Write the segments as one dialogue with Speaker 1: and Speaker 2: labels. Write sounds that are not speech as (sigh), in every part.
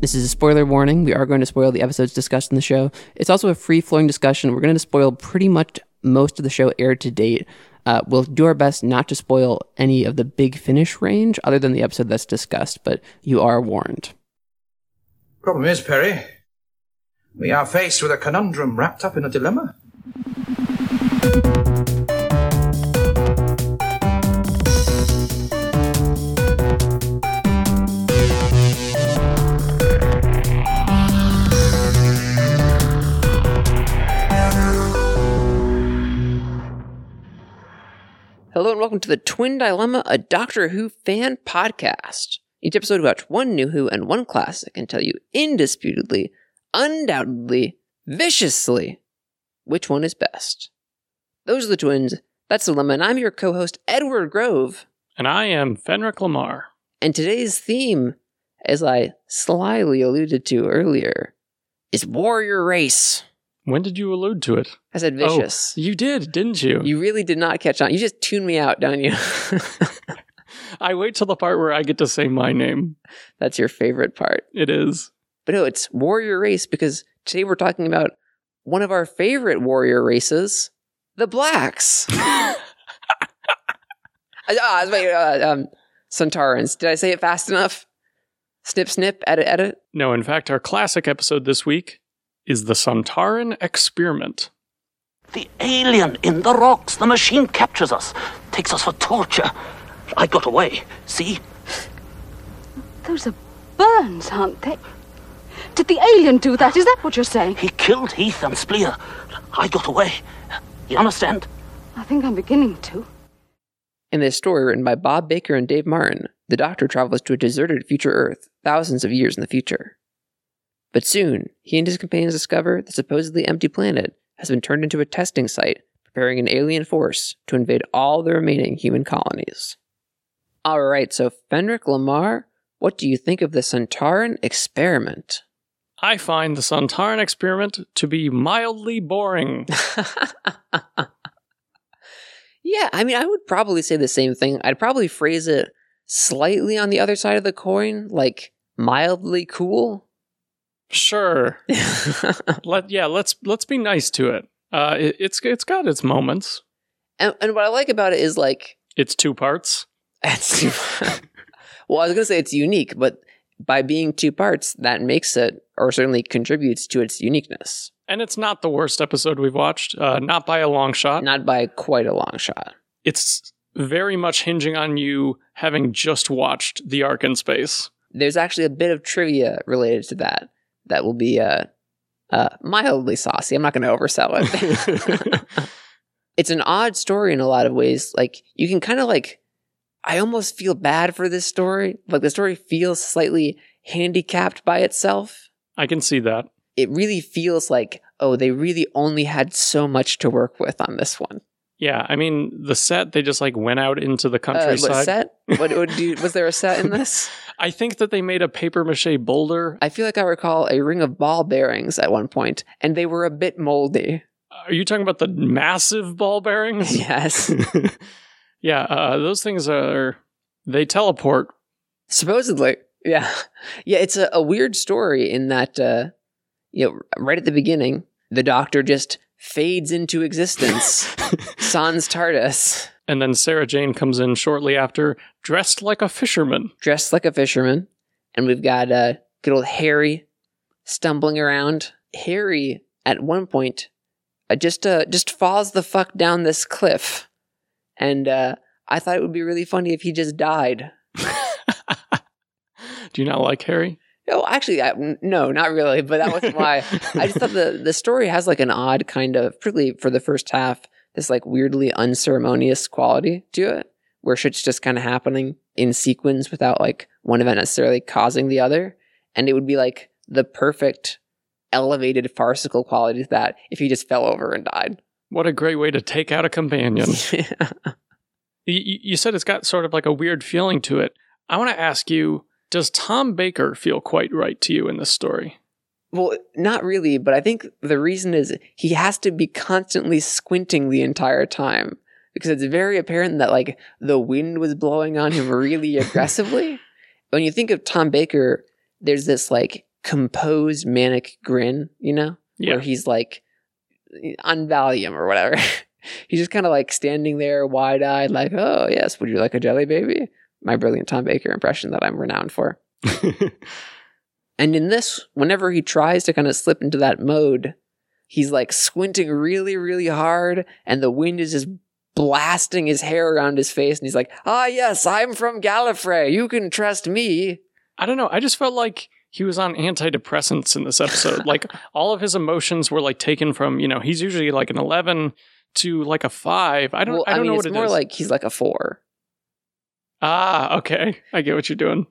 Speaker 1: This is a spoiler warning. We are going to spoil the episodes discussed in the show. It's also a free flowing discussion. We're going to spoil pretty much most of the show aired to date. Uh, we'll do our best not to spoil any of the big finish range other than the episode that's discussed, but you are warned.
Speaker 2: Problem is, Perry, we are faced with a conundrum wrapped up in a dilemma.
Speaker 1: Hello and welcome to the Twin Dilemma, a Doctor Who fan podcast. Each episode, we watch one new Who and one classic and tell you indisputably, undoubtedly, viciously, which one is best. Those are the twins. That's the dilemma, and I'm your co-host Edward Grove.
Speaker 3: And I am Fenric Lamar.
Speaker 1: And today's theme, as I slyly alluded to earlier, is warrior race.
Speaker 3: When did you allude to it?
Speaker 1: I said vicious.
Speaker 3: Oh, you did, didn't you?
Speaker 1: You really did not catch on. You just tuned me out, don't you? (laughs)
Speaker 3: I wait till the part where I get to say my name.
Speaker 1: That's your favorite part.
Speaker 3: It is.
Speaker 1: But no, it's warrior race because today we're talking about one of our favorite warrior races, the blacks. Ah, ah, wait, uh, um, Centaurans. Did I say it fast enough? Snip, snip, edit, edit.
Speaker 3: No, in fact, our classic episode this week is the Santaran experiment.
Speaker 4: The alien in the rocks. The machine captures us, takes us for torture. I got away. See?
Speaker 5: Those are burns, aren't they? Did the alien do that? Is that what you're saying?
Speaker 4: He killed Heath and Spleer. I got away. You understand?
Speaker 5: I think I'm beginning to.
Speaker 1: In this story written by Bob Baker and Dave Martin, the Doctor travels to a deserted future Earth, thousands of years in the future. But soon, he and his companions discover the supposedly empty planet has been turned into a testing site, preparing an alien force to invade all the remaining human colonies. All right, so Fenric Lamar, what do you think of the Centauran experiment?
Speaker 3: I find the Santaran experiment to be mildly boring.
Speaker 1: Yeah, I mean, I would probably say the same thing. I'd probably phrase it slightly on the other side of the coin, like mildly cool.
Speaker 3: sure. (laughs) Let yeah, let's let's be nice to it. Uh, it, it's it's got its moments.
Speaker 1: and, and what I like about it is like (laughs)
Speaker 3: It's two parts.
Speaker 1: it's (laughs) well, I was gonna say it's unique, but by being two parts, that makes it or certainly contributes to its uniqueness,
Speaker 3: And it's not the worst episode we've watched, uh, not by a long shot.
Speaker 1: not by quite a long shot.
Speaker 3: It's very much hinging on you having just watched The Ark in Space.
Speaker 1: (laughs) There's actually a bit of trivia related to that that will be uh, uh, mildly saucy. I'm not gonna oversell
Speaker 3: (laughs)
Speaker 1: it. it's an odd story in a lot of ways. Like you can kind of like I almost feel bad for this story. Like the story feels slightly handicapped by itself.
Speaker 3: I can see that.
Speaker 1: It really feels like oh, they really only had so much to work with on this one.
Speaker 3: Yeah, I mean the set they just like went out into the
Speaker 1: Uh,
Speaker 3: countryside.
Speaker 1: what set? What, what do you, was there a set
Speaker 3: (laughs)
Speaker 1: in this?
Speaker 3: I think that they made a paper mache boulder.
Speaker 1: I feel like I recall a ring of ball bearings at one point, and they were a bit moldy.
Speaker 3: Are you talking about the massive ball bearings?
Speaker 1: Yes.
Speaker 3: yeah, uh, those things are they teleport.
Speaker 1: supposedly yeah yeah it's a, a weird story in that uh you know right at the beginning the doctor just fades into existence sans tardis
Speaker 3: And then Sarah Jane comes in shortly after, dressed like a fisherman.
Speaker 1: dressed like a fisherman and we've got uh good old harry stumbling around harry at one point uh, just uh just falls the fuck down this cliff and uh i thought it would be really funny if he just died
Speaker 3: Do you not like Harry?
Speaker 1: Oh, actually, I, n- no, not really. But that wasn't why.
Speaker 3: (laughs)
Speaker 1: I just thought the the story has like an odd kind of, particularly for the first half, this like weirdly unceremonious quality to it, where shit's just kind of happening in sequence without like one event necessarily causing the other, and it would be like the perfect elevated farcical quality to that if he just fell over and died.
Speaker 3: What a great way to take out
Speaker 1: (laughs)
Speaker 3: a companion.
Speaker 1: yeah.
Speaker 3: Y- y- you said it's got sort of like a weird feeling to it. I want to ask you, does Tom Baker feel quite right to you in this story?
Speaker 1: Well, not really, but I think the reason is he has to be constantly squinting the entire time. because it's very apparent that like the wind was blowing on him really aggressively. when you think of Tom Baker, there's this like composed manic grin, you know, where
Speaker 3: Yeah.
Speaker 1: he's like on Valium or whatever. (laughs) he's just kind of like standing there, wide eyed, like, "Oh yes, would you like a jelly, baby?" My brilliant Tom Baker impression that I'm renowned for. And in this, whenever he tries to kind of slip into that mode, he's like squinting really, really hard, and the wind is just blasting his hair around his face. And he's like, Ah, yes, I'm from Gallifrey. You can trust me.
Speaker 3: I don't know. I just felt like he was on antidepressants in
Speaker 1: (laughs)
Speaker 3: this episode. like all of his emotions were like taken from, you know, he's usually like an 11 to like a 5. I don't
Speaker 1: well,
Speaker 3: I don't
Speaker 1: mean,
Speaker 3: know
Speaker 1: it's
Speaker 3: what it is.
Speaker 1: more like he's like a four. (laughs)
Speaker 3: Ah, okay. I get what you're doing.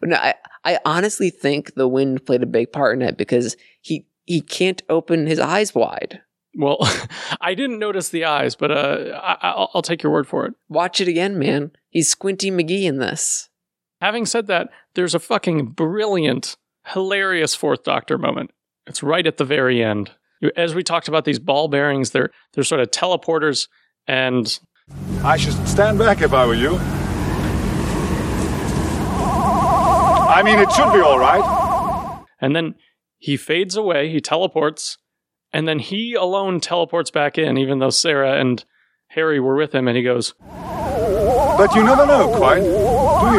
Speaker 1: no, I, I honestly think the wind played a big part in it because he he can't open his eyes wide.
Speaker 3: Well, (laughs) I didn't notice the eyes, but uh, I, I'll, I'll take your word for it.
Speaker 1: Watch it again, man. He's Squinty McGee in this.
Speaker 3: Having said that, there's a fucking brilliant, hilarious fourth Doctor moment. It's right at the very end. As we talked about these ball bearings, they're they're sort of teleporters, and
Speaker 6: I should stand back if I were you. I mean, it should be all right.
Speaker 3: and then he fades away. He teleports, and then he alone teleports back in, even though Sarah and Harry were with him. And he goes,
Speaker 6: But you never know quite, do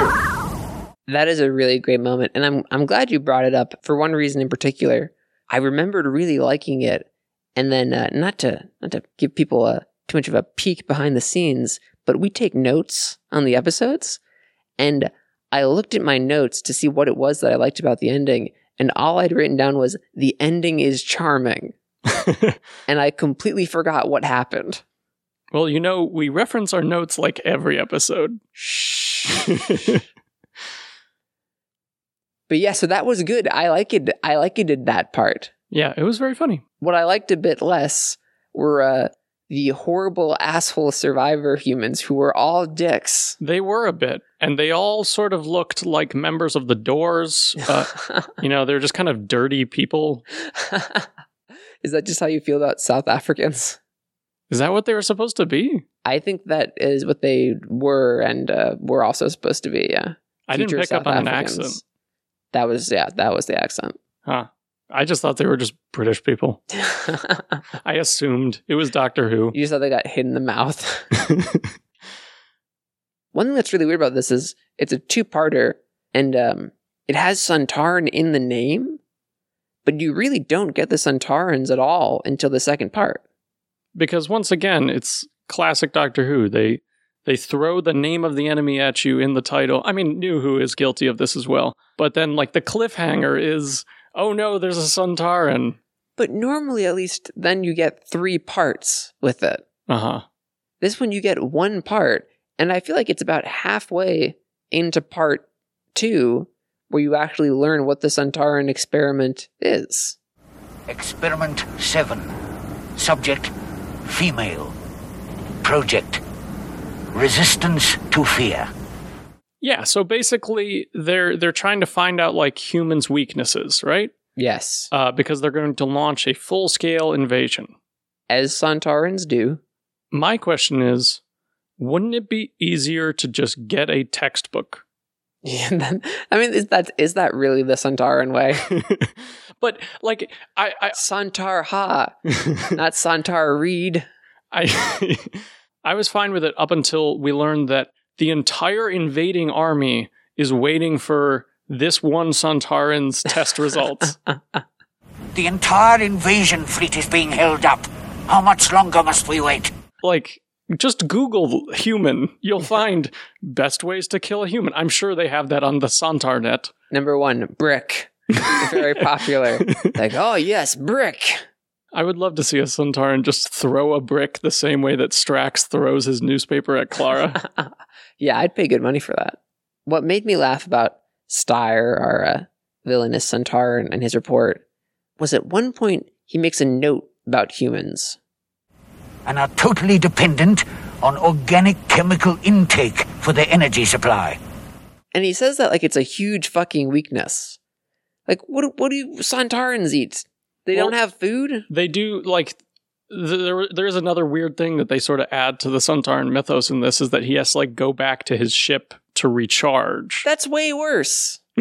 Speaker 6: you?
Speaker 1: That is a really great moment, and I'm I'm glad you brought it up for one reason in particular. I remembered really liking it, and then uh, not to not to give people a, too much of a peek behind the scenes, but we take notes on the episodes, and I looked at my notes to see what it was that I liked about the ending, and all I'd written down was the ending is charming, and I completely forgot what happened.
Speaker 3: "Well, you know, we reference our notes like every episode."
Speaker 1: But yeah, so that was good. I like it. I like it. Did that part.
Speaker 3: (laughs) yeah, it was very funny.
Speaker 1: What I liked a bit less were uh, the horrible asshole survivor humans who were all dicks.
Speaker 3: They were a bit, and they all sort of looked like members of the Doors. Uh, you know, they're just kind of dirty people.
Speaker 1: (laughs) Is that just how you feel about South Africans?
Speaker 3: Is that what they were supposed to be?
Speaker 1: I think that is what they were and uh, were also supposed to be. Yeah,
Speaker 3: I didn't
Speaker 1: Future
Speaker 3: pick up
Speaker 1: South
Speaker 3: on an
Speaker 1: Africans.
Speaker 3: accent.
Speaker 1: That was yeah, that was the accent. (laughs)
Speaker 3: Huh. I just thought they were just British people. I assumed it was Doctor Who.
Speaker 1: you just thought they got hit in the mouth. (laughs) One thing that's really weird about this is it's a two-parter, and um, it has Suntarn in the name, but you really don't get the Suntarans at all until the second part.
Speaker 3: because once again, it's classic Doctor Who. They they throw the name of the enemy at you in the title. I mean, New Who is guilty of this as well. But then like the cliffhanger is, "Oh no, there's a Suntaran."
Speaker 1: But normally, at least, then you get three parts with it.
Speaker 3: Uh-huh.
Speaker 1: This one, you get one part, and I feel like it's about halfway into part two where you actually learn what the Suntaran experiment is.
Speaker 7: Experiment 7. Subject Female. Project Resistance to Fear.
Speaker 3: Yeah, so basically they're they're trying to find out like humans' weaknesses, right?
Speaker 1: Yes.
Speaker 3: Uh, because they're going to launch a full-scale invasion.
Speaker 1: As Suntarans do.
Speaker 3: My question is, wouldn't it be easier to just get a textbook?
Speaker 1: (laughs) Yeah, then- I mean, is that is that really the Santaran way?
Speaker 3: but like I, I
Speaker 1: Santar Ha, not Santar Reed.
Speaker 3: I (laughs) I was fine with it up until we learned that the entire invading army is waiting for this one Santarin's test results.
Speaker 7: The entire invasion fleet is being held up. How much longer must we wait?
Speaker 3: like just Google human. You'll find best ways to kill a human. I'm sure they have that on the Santarnet.
Speaker 1: Number one, brick. Very popular. like, oh yes, brick.
Speaker 3: I would love to see a Santarin just throw a brick the same way that Strax throws his newspaper
Speaker 1: (laughs)
Speaker 3: at Clara.
Speaker 1: Yeah, I'd pay good money for that. What made me laugh about Styre, our uh, villainous Santaran, and his report was at one point he makes a note about humans.
Speaker 7: And are totally dependent on organic chemical intake for their energy supply.
Speaker 1: and he says that like it's a huge fucking weakness. Like what? do- What do you Santarans eat? They
Speaker 3: Well-
Speaker 1: don't have food.
Speaker 3: they do like th- there there is another weird thing that they sort of add to the Suntarn mythos in this is that he has to like go back to his ship
Speaker 1: (laughs)
Speaker 3: to recharge.
Speaker 1: That's way worse.
Speaker 3: (laughs)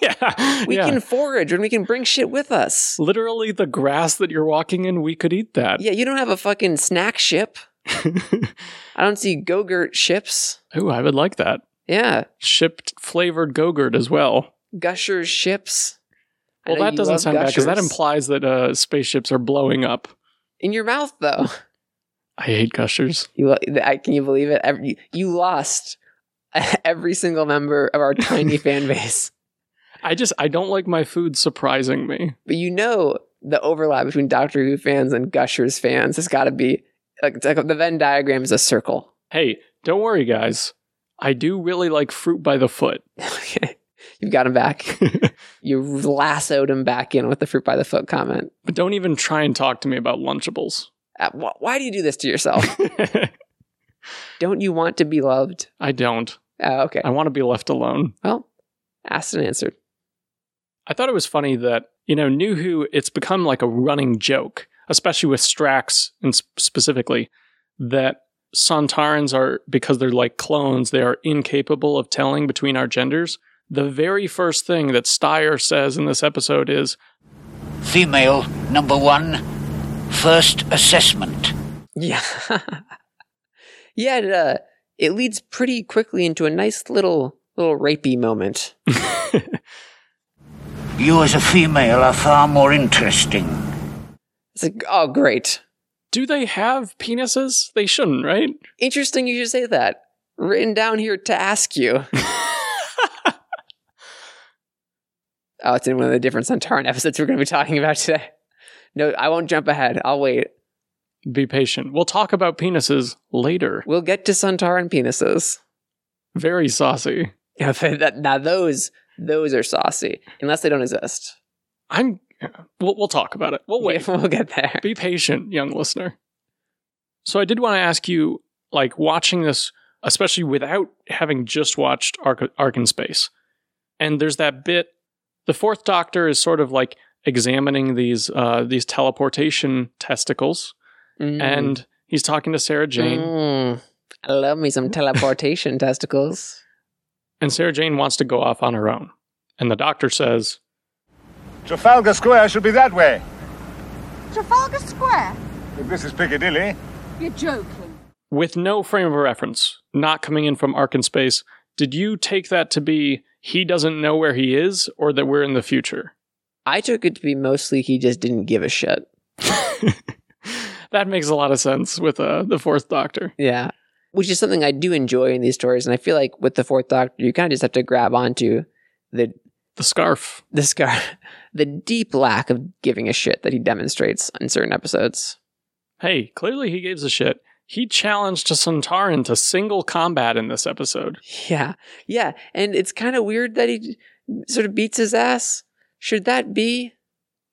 Speaker 3: yeah,
Speaker 1: We
Speaker 3: yeah.
Speaker 1: can forage and we can bring shit with us.
Speaker 3: literally the grass that you're walking in. We could eat that.
Speaker 1: Yeah, you don't have a fucking snack ship. I don't see Gogurt ships.
Speaker 3: Ooh, I would like that
Speaker 1: Yeah,
Speaker 3: shipped flavored Gogurt as well.
Speaker 1: Gushers ships. I
Speaker 3: Well,
Speaker 1: know
Speaker 3: that
Speaker 1: you
Speaker 3: doesn't
Speaker 1: love
Speaker 3: sound bad because that
Speaker 1: Gushers.
Speaker 3: implies that uh, spaceships are blowing up.
Speaker 1: in your mouth though.
Speaker 3: I hate gushers.
Speaker 1: You, lo- I can you believe it? Every, you lost (laughs) every single member of our tiny fan base.
Speaker 3: I just I don't like my food surprising me.
Speaker 1: But you know the overlap between Doctor Who fans and Gushers fans has got to be like, it's like the Venn diagram is a circle.
Speaker 3: Hey, don't worry, guys. I do really like fruit by the foot.
Speaker 1: Okay. You've got him back. you lassoed him back in with the fruit by the foot comment.
Speaker 3: But don't even try and talk to me about Lunchables.
Speaker 1: Uh, wh- why do you do this to yourself? Don't you want to be loved?
Speaker 3: I don't.
Speaker 1: Uh, okay.
Speaker 3: I want to be left alone.
Speaker 1: Well, asked and answered.
Speaker 3: I thought it was funny that, you know, New Who, it's become like a running joke, especially with Strax and sp- specifically, that Santarans are, because they're like clones, they are incapable of telling between our genders. The very first thing that Steyer says in this episode is,
Speaker 7: Female, number one, first assessment.
Speaker 1: Yeah. (laughs) yeah, it, uh, it leads pretty quickly into a nice little little rapey moment.
Speaker 7: You as a female are far more interesting.
Speaker 1: It's like, oh, great.
Speaker 3: Do they have penises? They shouldn't, right?
Speaker 1: Interesting you should say that. Written down here to ask (laughs) you. oh, it's in one of the different Centauran episodes we're going to be talking about today. No, I won't jump ahead. I'll wait.
Speaker 3: Be patient. We'll talk about penises later.
Speaker 1: We'll get to Centauran penises.
Speaker 3: Very saucy.
Speaker 1: Yeah, but that, now those those are saucy, unless they don't exist.
Speaker 3: I'm. We'll, we'll talk about it.
Speaker 1: Oh,
Speaker 3: We'll
Speaker 1: (laughs)
Speaker 3: wait.
Speaker 1: we'll get there.
Speaker 3: Be patient, young listener. So I did want to ask you, like watching this, especially without having just watched Ark, Ark in Space, and there's that bit. The Fourth Doctor is sort of like examining these uh, these teleportation testicles,
Speaker 1: Mm.
Speaker 3: and he's talking to Sarah Jane,
Speaker 1: Mm. I love me some teleportation (laughs) testicles.
Speaker 3: and Sarah Jane wants to go off on her own, and the Doctor says,
Speaker 6: Trafalgar Square should be that way.
Speaker 5: Trafalgar Square?
Speaker 6: If this is Piccadilly,
Speaker 5: You're joking.
Speaker 3: with no frame of reference, not coming in from Ark in Space. Did you take that to be he doesn't know where he is, or that we're in the future?
Speaker 1: I took it to be mostly he just didn't give a shit.
Speaker 3: that makes a lot of sense with uh, the fourth doctor.
Speaker 1: Yeah. Which is something I do enjoy in these stories. And I feel like with the fourth doctor, you kind of just have to grab onto the
Speaker 3: The scarf.
Speaker 1: the scar (laughs) the deep lack of giving a shit that he demonstrates in certain episodes.
Speaker 3: Hey, clearly he gives a shit. He challenged a Suntaran to single combat in this episode.
Speaker 1: Yeah. Yeah. And it's kind of weird that he sort of beats his ass. Should that be?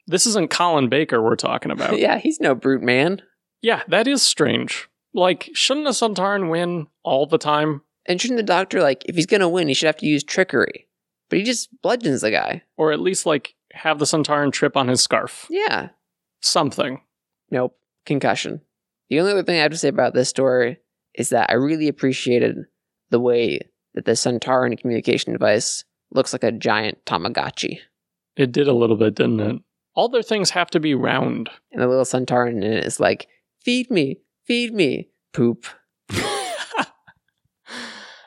Speaker 3: This isn't Colin Baker we're talking
Speaker 1: (laughs)
Speaker 3: about.
Speaker 1: Yeah, he's no brute man.
Speaker 3: Yeah, that is strange. Like, shouldn't a Suntaran win all the time?
Speaker 1: And shouldn't the doctor, like, if he's going to win, he should have to use trickery? But he just bludgeons the guy.
Speaker 3: Or at least, like, have the Suntaran trip on his scarf?
Speaker 1: Yeah.
Speaker 3: Something.
Speaker 1: Nope. Concussion. The only other thing I have to say about this story is that I really appreciated the way that the Centauran communication device looks like a giant Tamagotchi.
Speaker 3: It did a little bit, didn't it? All their things have to be round.
Speaker 1: And the little Centauran in it is like, feed me, feed me, poop.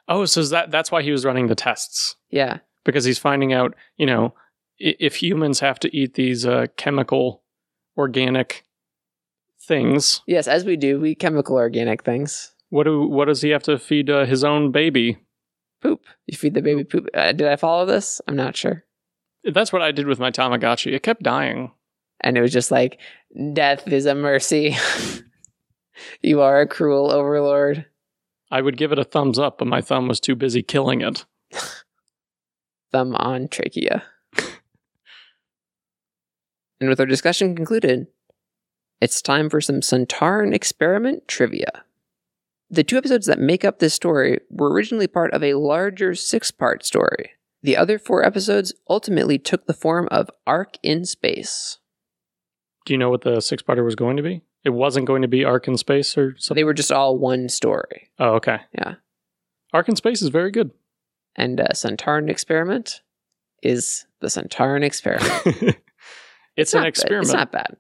Speaker 3: Oh, so is that that's why he was running the tests.
Speaker 1: Yeah.
Speaker 3: because he's finding out, you know, i- if humans have to eat these uh, chemical, organic things,
Speaker 1: Yes, as we do, we chemical organic things.
Speaker 3: what do what does he have to feed uh, his own baby?
Speaker 1: Poop. You feed the baby poop. Uh, did I follow this? I'm not sure.
Speaker 3: That's what I did with my Tamagotchi. It kept dying.
Speaker 1: And it was just like, death is a mercy. (laughs) you are a cruel overlord.
Speaker 3: I would give it a thumbs up, but my thumb was too busy killing it.
Speaker 1: thumb on trachea. and with our discussion concluded, it's time for some Centauran experiment trivia. The two episodes that make up this story were originally part of a larger six part story. The other four episodes ultimately took the form of Arc in Space.
Speaker 3: Do you know what the six parter was going to be? It wasn't going to be Ark in Space or something.
Speaker 1: They were just all one story.
Speaker 3: Oh, okay.
Speaker 1: Yeah.
Speaker 3: Ark in Space is
Speaker 1: (laughs)
Speaker 3: very good.
Speaker 1: And uh, Centauran experiment is the Centauran experiment.
Speaker 3: it's,
Speaker 1: not
Speaker 3: an
Speaker 1: bad.
Speaker 3: experiment.
Speaker 1: It's not bad.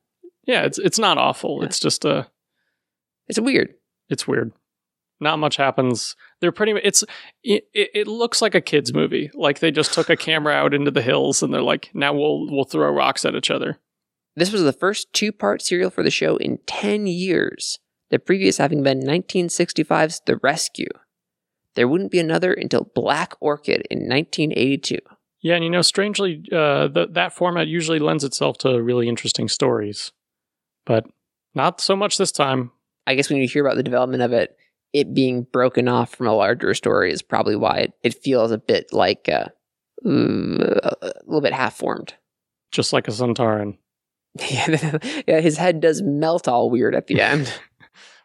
Speaker 3: yeah, it's it's not awful.
Speaker 1: Yeah.
Speaker 3: It's just uh
Speaker 1: It's weird.
Speaker 3: it's weird. Not much happens. They're pretty. mu- It's it, it it looks like a kids movie. Like they just took a camera out into the hills and they're like, now we'll we'll throw rocks at each other.
Speaker 1: This was the first two part serial for the show in 10 years, the previous having been 1965's The Rescue. There wouldn't be another until Black Orchid in 1982.
Speaker 3: Yeah, and you know, strangely, uh, th- that format usually lends itself to really interesting stories, but not so much this time.
Speaker 1: I guess when you hear about the development of it, it being broken off from a larger story is probably why it, it feels a bit like uh, mm, a little bit half formed.
Speaker 3: Just like a Centauran,
Speaker 1: yeah, (laughs) yeah, his head does melt all weird at the end.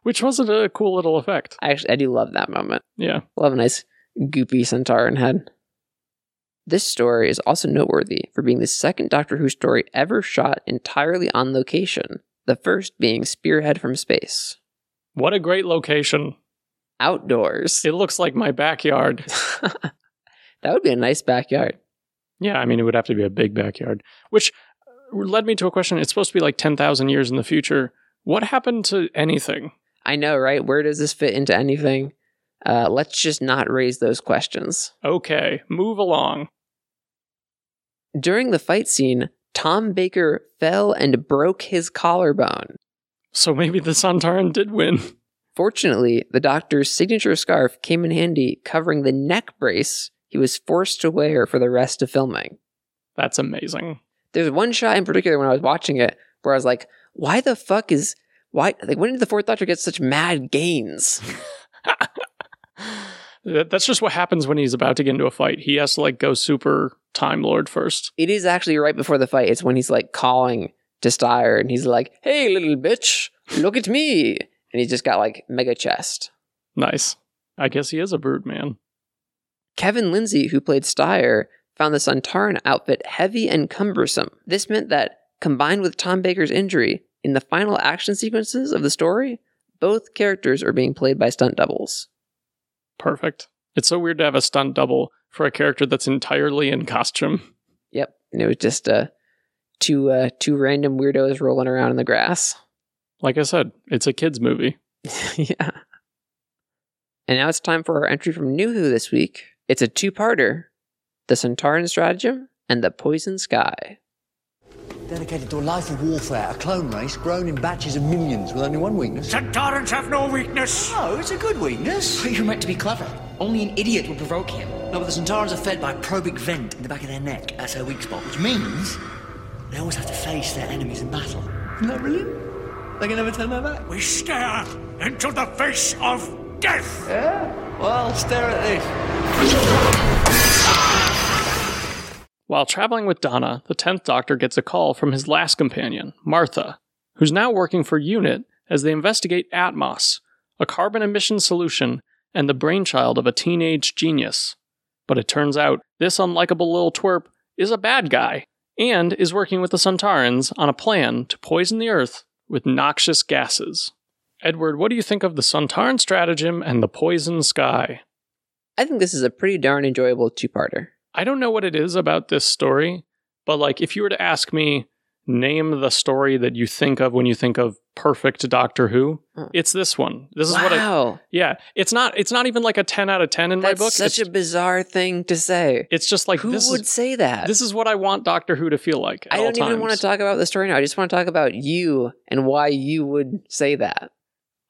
Speaker 3: which wasn't a cool little effect.
Speaker 1: I actually I do love that moment.
Speaker 3: Yeah,
Speaker 1: Love a nice goopy centauran head. This story is also noteworthy for being the second Doctor Who story ever shot entirely on location, the first being Spearhead from Space.
Speaker 3: what a great location!
Speaker 1: Outdoors.
Speaker 3: It looks like my backyard.
Speaker 1: that would be a nice backyard.
Speaker 3: Yeah, I mean, it would have to be a big backyard, which uh, led me to a question. It's supposed to be like ten thousand years in the future. What happened to anything?
Speaker 1: I know, right? Where does this fit into anything? Uh, let's just not raise those questions.
Speaker 3: Okay, move along.
Speaker 1: During the fight scene, Tom Baker fell and broke his collarbone.
Speaker 3: So maybe the Santaran did win. (laughs)
Speaker 1: Fortunately, the doctor's signature scarf came in handy covering the neck brace he was forced to wear for the rest of filming.
Speaker 3: That's amazing.
Speaker 1: There's one shot in particular when I was watching it where I was like, why the fuck is. Why? Like, when did the fourth doctor get such mad gains? (laughs)
Speaker 3: That- That's just what happens when he's about to get into a fight. He has to like go super Time Lord first.
Speaker 1: It is actually right before the fight. It's when he's like calling to Steyer and he's like, hey, little bitch, look at me. And he's just got like mega chest.
Speaker 3: Nice. I guess he is a brood man.
Speaker 1: Kevin Lindsay, who played Steyer, found the Santaran outfit heavy and cumbersome. This meant that, combined with Tom Baker's injury, in the final action sequences of the story, both characters are being played by stunt doubles.
Speaker 3: Perfect. It's so weird to have a stunt double for a character that's entirely in costume.
Speaker 1: Yep, and it was just uh, two uh, two random weirdos rolling around in the grass. (laughs)
Speaker 3: Like I said, it's a kids movie.
Speaker 1: yeah. And now it's time for our entry from New Who this week. It's a two-parter: the Centauran stratagem and the Poison Sky.
Speaker 8: Dedicated to a life of warfare, a clone race grown in batches of millions with only one weakness.
Speaker 9: Santarans have no weakness.
Speaker 8: Oh, it's a good weakness.
Speaker 9: You're meant to be clever. Only an idiot would provoke him.
Speaker 8: No, but the Centaurans are fed by a probing vent in the back of their neck. That's their weak spot, which means they always have to face their enemies in battle. Isn't that brilliant? They can never turn their back.
Speaker 9: We stare into the face of death.
Speaker 8: Well, stare at this.
Speaker 3: While traveling with Donna, the 10th Doctor gets a call from his last companion, Martha, who's now working for UNIT as they investigate Atmos, a carbon emission solution and the brainchild of a teenage genius. But it turns out this unlikable little twerp is a bad guy and is working with the Suntarans on a plan to poison the Earth with noxious gases. Edward, what do you think of the Suntaran stratagem and the poison sky?
Speaker 1: I think this is a pretty darn enjoyable two-parter.
Speaker 3: I don't know what it is about this story, but like if you were to ask me, name the story that you think of when you think of perfect Doctor Who,
Speaker 1: Hmm.
Speaker 3: it's this one. This is
Speaker 1: wow.
Speaker 3: what I Yeah. It's not it's not even like a ten out of ten in
Speaker 1: That's
Speaker 3: my book.
Speaker 1: such
Speaker 3: it's,
Speaker 1: a bizarre thing to say.
Speaker 3: it's just like
Speaker 1: Who
Speaker 3: this
Speaker 1: would
Speaker 3: is
Speaker 1: say that?
Speaker 3: this is what I want Doctor Who to feel like. at
Speaker 1: I
Speaker 3: all
Speaker 1: don't even
Speaker 3: times.
Speaker 1: want to talk about the story now. I just want to talk about you and why you would say that.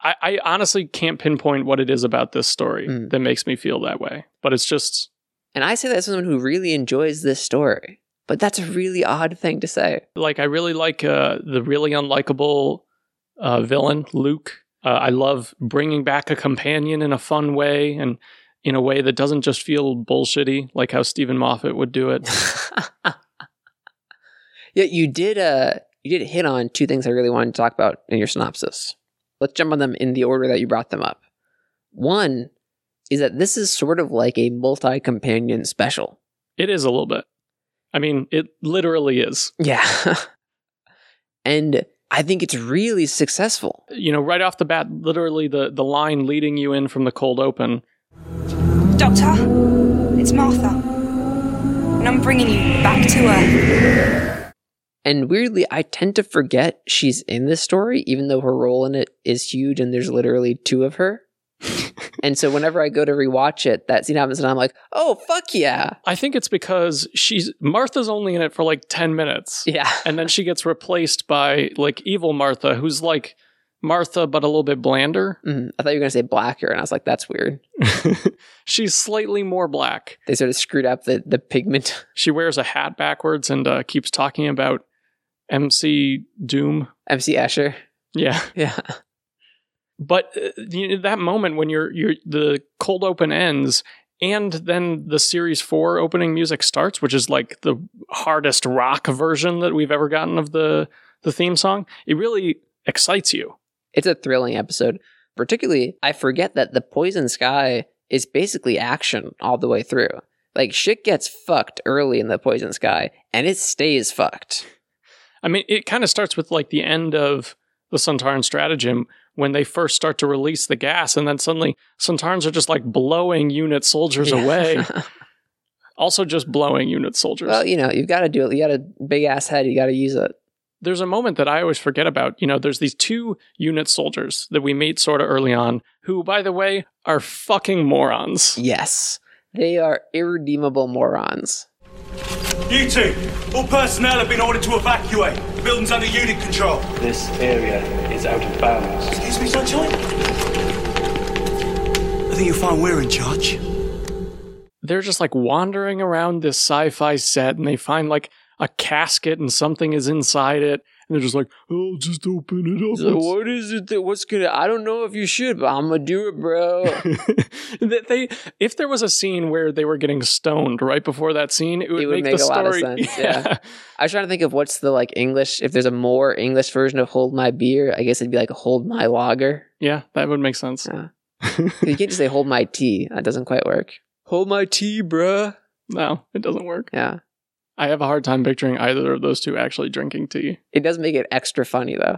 Speaker 3: I, I honestly can't pinpoint what it is about this story
Speaker 1: Hmm.
Speaker 3: that makes me feel that way. But it's just
Speaker 1: And I say that as someone who really enjoys this story. But that's a really odd thing to
Speaker 3: (laughs)
Speaker 1: say.
Speaker 3: like I really like uh, the really unlikable uh, villain Luke. Uh, I love bringing back a companion in a fun way and in a way that doesn't just feel bullshitty, like how Stephen Moffat would
Speaker 1: (laughs)
Speaker 3: do it.
Speaker 1: Yet you did uh you did hit on two things I really wanted to talk about in your synopsis. Let's jump on them in the order that you brought them up. One is that this is sort of like a multi-companion special.
Speaker 3: it is a little bit. I mean, it literally is.
Speaker 1: Yeah. and I think it's really successful.
Speaker 3: You know, right off the bat, literally the, the line leading you in from the cold open.
Speaker 10: Doctor, it's Martha. And I'm bringing you back to Earth.
Speaker 1: And weirdly, I tend to forget she's in this story, even though her role in it is huge and there's literally two of her. and so whenever I go to rewatch it, that scene happens and I'm like, oh, fuck yeah.
Speaker 3: I think it's because she's Martha's only in it for like 10 minutes.
Speaker 1: Yeah.
Speaker 3: And then she gets replaced by like evil Martha, who's like Martha, but a little bit blander.
Speaker 1: Mhm. I thought you were going to say blacker, and I was like, that's weird.
Speaker 3: (laughs) She's slightly more black.
Speaker 1: They sort of screwed up the, the pigment. (laughs)
Speaker 3: She wears a hat backwards and uh, keeps talking about MC Doom.
Speaker 1: MC Escher.
Speaker 3: Yeah. (laughs)
Speaker 1: Yeah.
Speaker 3: but uh, you know, that moment when you're you're the cold open ends and then the series 4 opening music starts which is like the hardest rock version that we've ever gotten of the the theme song it really excites you
Speaker 1: It's a thrilling episode. Particularly, I forget that the Poison Sky is basically action all the way through. Like, shit gets fucked early in the Poison Sky, and it stays fucked.
Speaker 3: i mean it kind of starts with like the end of the Suntaran stratagem when they first start to release the gas and then suddenly Suntarans are just like blowing unit soldiers
Speaker 1: Yeah.
Speaker 3: away also just blowing unit soldiers
Speaker 1: (laughs) well, you know, you've got to do it. You got a big ass head, you got to use it.
Speaker 3: there's a moment that I always forget about. You know, there's these two unit soldiers that we meet sort of early on, who, by the way, are fucking morons.
Speaker 1: Yes. They are irredeemable morons.
Speaker 9: You two, all personnel have been ordered to evacuate. The building's under unit control.
Speaker 11: This area is out of bounds.
Speaker 9: Excuse me, Sunshine? I think you'll find we're in charge.
Speaker 3: They're just like wandering around this sci fi set and they find like a casket and something is inside it. And they're just like, oh, just open it up.
Speaker 1: So what is it that what's gonna? I don't know if you should, but I'm gonna do it, bro.
Speaker 3: that they if there was a scene where they were getting stoned right before that scene it would,
Speaker 1: It would make
Speaker 3: the
Speaker 1: a lot of
Speaker 3: story
Speaker 1: sense,
Speaker 3: (laughs)
Speaker 1: yeah. I was trying to think of what's the like English. If there's a more English version of "Hold my beer," I guess it'd be like "Hold my lager."
Speaker 3: yeah that would make sense
Speaker 1: Yeah. You can't just say "Hold my tea." That doesn't quite work. Hold my tea, bruh.
Speaker 3: (laughs) no it doesn't work
Speaker 1: Yeah,
Speaker 3: i have a hard time picturing either of those two actually drinking tea
Speaker 1: (laughs) it does make it extra funny though.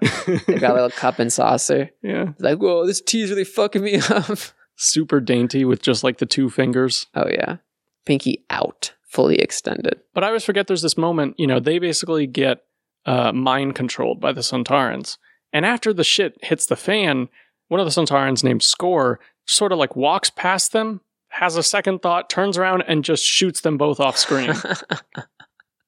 Speaker 1: They've got a little cup and saucer.
Speaker 3: yeah.
Speaker 1: It's like, whoa, this tea's really fucking me up.
Speaker 3: Super dainty with just like the two fingers.
Speaker 1: Oh yeah, pinky out, fully extended.
Speaker 3: But I always forget there's this moment, you know, they basically get uh, mind controlled by the Suntarans. And after the shit hits the fan, one of the Suntarans named Score sort of like walks past them, has a second thought, turns around, and just shoots them both off screen.
Speaker 1: (laughs)
Speaker 3: Which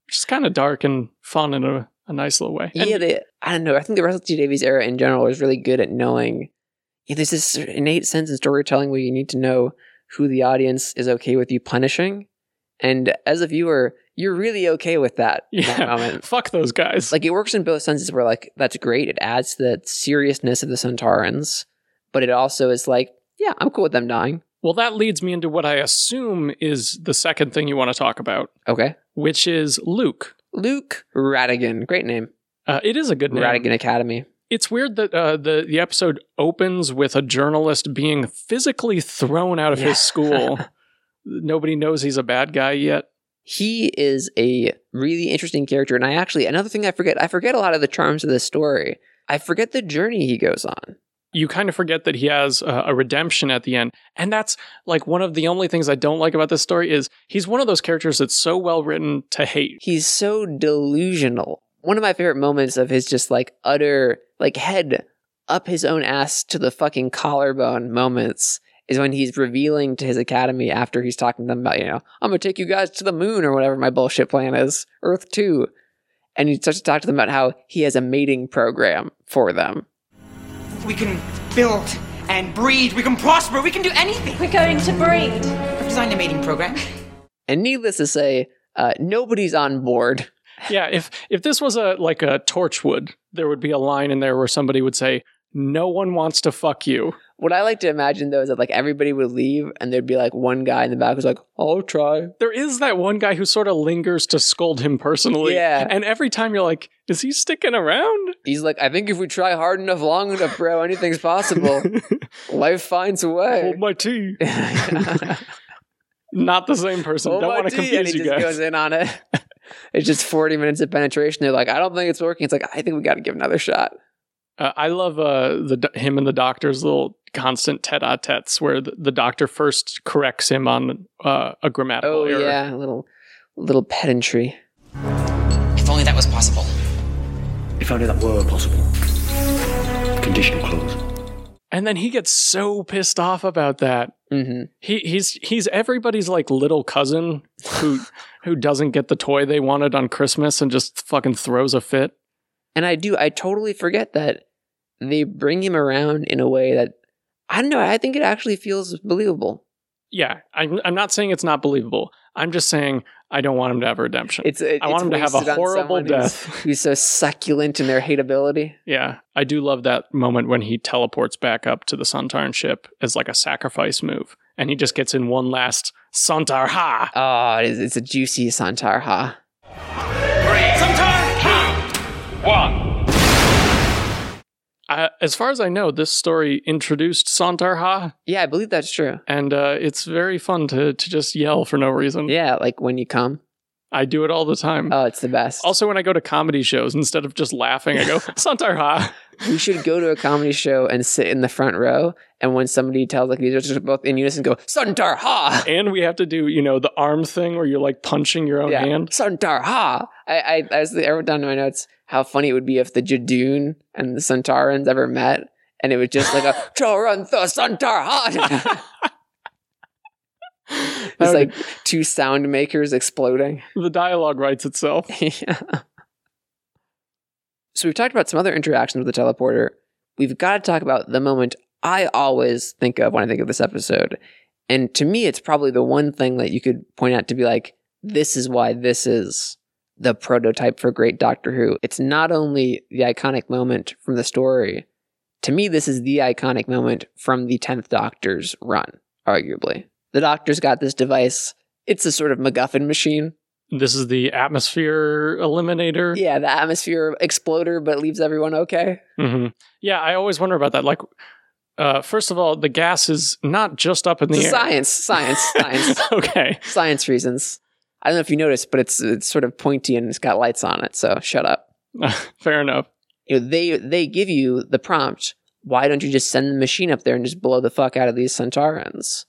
Speaker 3: is kind of dark and fun in a, a nice little way. And
Speaker 1: yeah, they, I don't know. I think the Russell T Davies era in general was really good at knowing. Yeah, there's this innate sense in storytelling where you need to know who the audience is okay with you punishing, and as a viewer, you're really okay with that. in that
Speaker 3: (laughs) yeah,
Speaker 1: moment.
Speaker 3: fuck those guys.
Speaker 1: Like it works in both senses. Where like that's great. It adds to the seriousness of the Centaurans, but it also is like, yeah, I'm cool with them dying.
Speaker 3: well, that leads me into what I assume is the second thing you want to talk about,
Speaker 1: Okay,
Speaker 3: which is Luke.
Speaker 1: Luke Radigan, great name,
Speaker 3: Uh, it is a good name.
Speaker 1: Radigan Academy.
Speaker 3: it's weird that uh, the the episode opens with a journalist being physically thrown out of
Speaker 1: Yeah.
Speaker 3: his school. Nobody knows he's a bad guy yet.
Speaker 1: he is a really interesting character and i actually another thing i forget i forget a lot of the charms of this story i forget the journey he goes on
Speaker 3: You kind of forget that he has uh, a redemption at the end, and that's like one of the only things I don't like about this story is he's one of those characters that's so well written to hate.
Speaker 1: he's so delusional one of my favorite moments of his just like utter like head up his own ass to the fucking collarbone moments is when he's revealing to his academy after he's talking to them about you know i'm gonna take you guys to the moon or whatever my bullshit plan is earth 2 and he starts to talk to them about how he has a mating program for them
Speaker 12: We can build and breed. We can prosper. We can do anything.
Speaker 10: We're going to breed.
Speaker 12: I've designed a mating program.
Speaker 1: And needless to say, uh, nobody's on board.
Speaker 3: Yeah, if if this was a like a Torchwood, there would be a line in there where somebody would say, "No one wants to fuck you."
Speaker 1: What I like to imagine though is that like everybody would leave and there'd be like one guy in the back who's like, I'll try.
Speaker 3: there is that one guy who sort of lingers to scold him personally.
Speaker 1: Yeah.
Speaker 3: And every time you're like, is he sticking around?
Speaker 1: He's like, I think if we try hard enough, long enough, bro, anything's possible.
Speaker 3: (laughs)
Speaker 1: Life finds a way. (laughs)
Speaker 3: Hold my tea.
Speaker 1: Hold
Speaker 3: Not the same person. Don't
Speaker 1: my
Speaker 3: want to
Speaker 1: tea, and
Speaker 3: confuse
Speaker 1: he
Speaker 3: you
Speaker 1: just
Speaker 3: guys.
Speaker 1: goes in on it. (laughs) It's just 40 minutes of penetration. They're like, I don't think it's working. It's like, I think we got to give another shot.
Speaker 3: Uh, I love uh, the do- him and the doctor's little constant tete-a-tetes where the, the doctor first corrects him on uh, a grammatical
Speaker 1: Oh,
Speaker 3: error.
Speaker 1: yeah. A little, little pedantry.
Speaker 12: If only that was possible.
Speaker 11: If only that were possible. Condition clause.
Speaker 3: And then he gets so pissed off about that.
Speaker 1: Mm-hmm.
Speaker 3: He he's he's everybody's like little cousin
Speaker 1: (laughs)
Speaker 3: who who doesn't get the toy they wanted on Christmas and just fucking throws a fit.
Speaker 1: And I do, I totally forget that they bring him around in a way that, I don't know, I think it actually feels believable.
Speaker 3: Yeah, I'm I'm not saying it's not believable. I'm just saying I don't want him to have a redemption.
Speaker 1: It's, it-
Speaker 3: I want
Speaker 1: it's
Speaker 3: him to have
Speaker 1: wasted
Speaker 3: a
Speaker 1: on
Speaker 3: horrible
Speaker 1: someone who's-
Speaker 3: death.
Speaker 1: Who's so succulent in their hateability.
Speaker 3: Yeah, I do love that moment when he teleports back up to the Suntarn ship as like a sacrifice move, and he just gets in one last Suntar ha.
Speaker 1: Oh, it's, it's a juicy Santar, huh?
Speaker 9: One.
Speaker 3: I, as far as I know, this story introduced Santar ha,
Speaker 1: Yeah, I believe that's true.
Speaker 3: and uh, it's very fun to to just yell for no reason.
Speaker 1: Yeah, like when you come.
Speaker 3: I do it all the time.
Speaker 1: Oh, it's the best.
Speaker 3: also, when I go to comedy shows, instead of just laughing,
Speaker 1: (laughs)
Speaker 3: I go Santar ha.
Speaker 1: we should go to a comedy show and sit in the front row. And when somebody tells, like, these are just both in unison, go, Suntar Ha!
Speaker 3: And we have to do you know the arm thing where you're like punching your own
Speaker 1: Yeah.
Speaker 3: hand.
Speaker 1: Suntar Ha! I, I, I, was, I wrote down in my notes how funny it would be if the Jadoon and the Suntarans ever met. And it was just like a Chorantha Suntar Ha! It's like two sound makers exploding.
Speaker 3: The dialogue writes itself.
Speaker 1: (laughs) yeah. So we've talked about some other interactions with the teleporter. We've got to talk about the moment I always think of when I think of this episode. And to me, it's probably the one thing that you could point out to be like, this is why this is the prototype for great Doctor Who. It's not only the iconic moment from the story, to me, this is the iconic moment from the 10th Doctor's run, arguably. The Doctor's got this device, it's a sort of MacGuffin machine.
Speaker 3: This is the atmosphere eliminator.
Speaker 1: Yeah, the atmosphere exploder, but leaves everyone okay.
Speaker 3: hmm Yeah, I always wonder about that. Like, uh, first of all, the gas is not just up in the
Speaker 1: It's
Speaker 3: air.
Speaker 1: science, science, science,
Speaker 3: (laughs) okay.
Speaker 1: science reasons. I don't know if you noticed, but it's it's sort of pointy and it's got lights on it. So shut up.
Speaker 3: Fair enough.
Speaker 1: You know, they they give you the prompt. Why don't you just send the machine up there and just blow the fuck out of these Centaurans?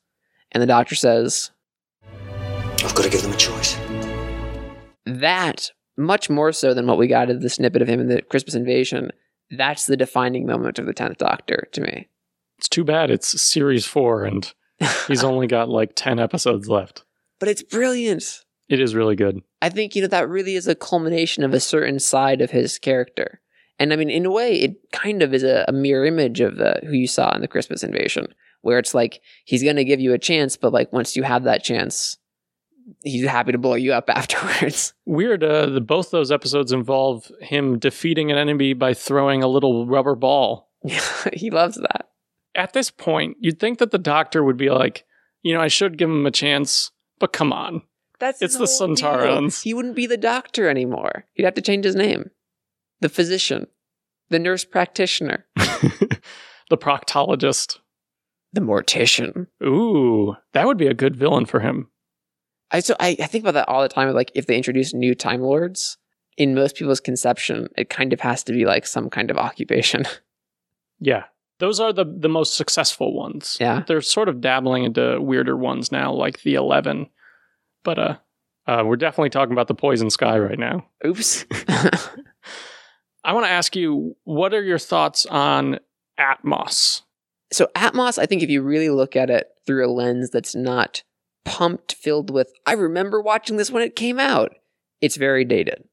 Speaker 1: And the doctor says,
Speaker 8: I've got to give them a choice.
Speaker 1: that much more so than what we got of the snippet of him in the Christmas invasion. That's the defining moment of the tenth Doctor to me. (laughs)
Speaker 3: It's too bad it's series four and
Speaker 1: (sighs)
Speaker 3: he's only got like 10 episodes left.
Speaker 1: But it's brilliant.
Speaker 3: It is really good.
Speaker 1: I think you know that really is a culmination of a certain side of his character. And I mean, in a way, it kind of is a, a mirror image of the who you saw in the Christmas Invasion, where it's like he's going to give you a chance, but like once you have that chance, he's happy to blow you up (laughs) afterwards.
Speaker 3: Weird, uh, the, both those episodes involve him defeating an enemy by throwing a little rubber ball.
Speaker 1: he loves that.
Speaker 3: At this point, you'd think that the doctor would be like, you know, I should give him a chance, but come on.
Speaker 1: That's
Speaker 3: It's
Speaker 1: his
Speaker 3: the
Speaker 1: whole deal.
Speaker 3: Suntarans.
Speaker 1: He wouldn't be the doctor anymore. He'd have to change his name, the physician, the nurse practitioner,
Speaker 3: The proctologist.
Speaker 1: the mortician.
Speaker 3: Ooh, that would be a good villain for him.
Speaker 1: I so I, I think about that all the time. Like if they introduce new Time Lords, in most people's conception, it kind of has to be like some kind of occupation. (laughs)
Speaker 3: Yeah. Those are the the most successful ones.
Speaker 1: Yeah.
Speaker 3: They're sort of dabbling into weirder ones now, like the eleven. But uh uh we're definitely talking about the poison sky right now.
Speaker 1: Oops.
Speaker 3: I want to ask you, what are your thoughts on Atmos?
Speaker 1: (laughs) so Atmos, I think if you really look at it through a lens that's not pumped, filled with I remember watching this when it came out, it's very dated.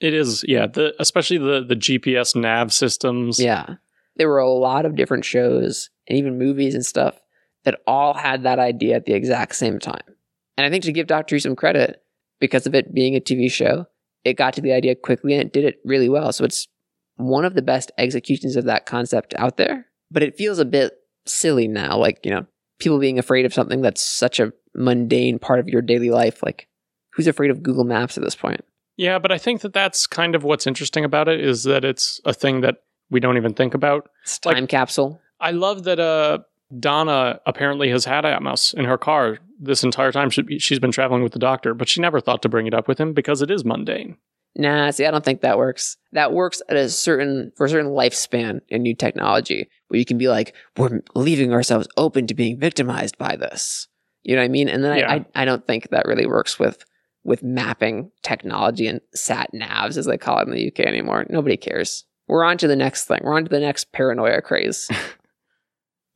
Speaker 3: It is, yeah, the especially the the GPS nav systems.
Speaker 1: Yeah. There were a lot of different shows and even movies and stuff that all had that idea at the exact same time. And I think to give Doctor Who some credit, because of it being a TV show, it got to the idea quickly and it did it really well. So it's one of the best executions of that concept out there. But it feels a bit silly now, like, you know, people being afraid of something that's such a mundane part of your daily life. Like, who's afraid of Google Maps at this point?
Speaker 3: Yeah, but I think that that's kind of what's interesting about it is that it's a thing that we don't even think about.
Speaker 1: It's a
Speaker 3: Like-
Speaker 1: time capsule.
Speaker 3: I love that uh Donna apparently has had Atmos in her car this entire time she, she's been traveling with the doctor, but she never thought to bring it up with him because it is mundane.
Speaker 1: Nah, see, I don't think that works. That works at a certain for a certain lifespan in new technology, where you can be like, we're leaving ourselves open to being victimized by this. You know what I mean? And then
Speaker 3: Yeah.
Speaker 1: I, I, I don't think that really works with with mapping technology and sat navs as they call it in the UK anymore. Nobody cares. We're on to the next thing. We're on to the next paranoia
Speaker 3: (laughs)
Speaker 1: craze.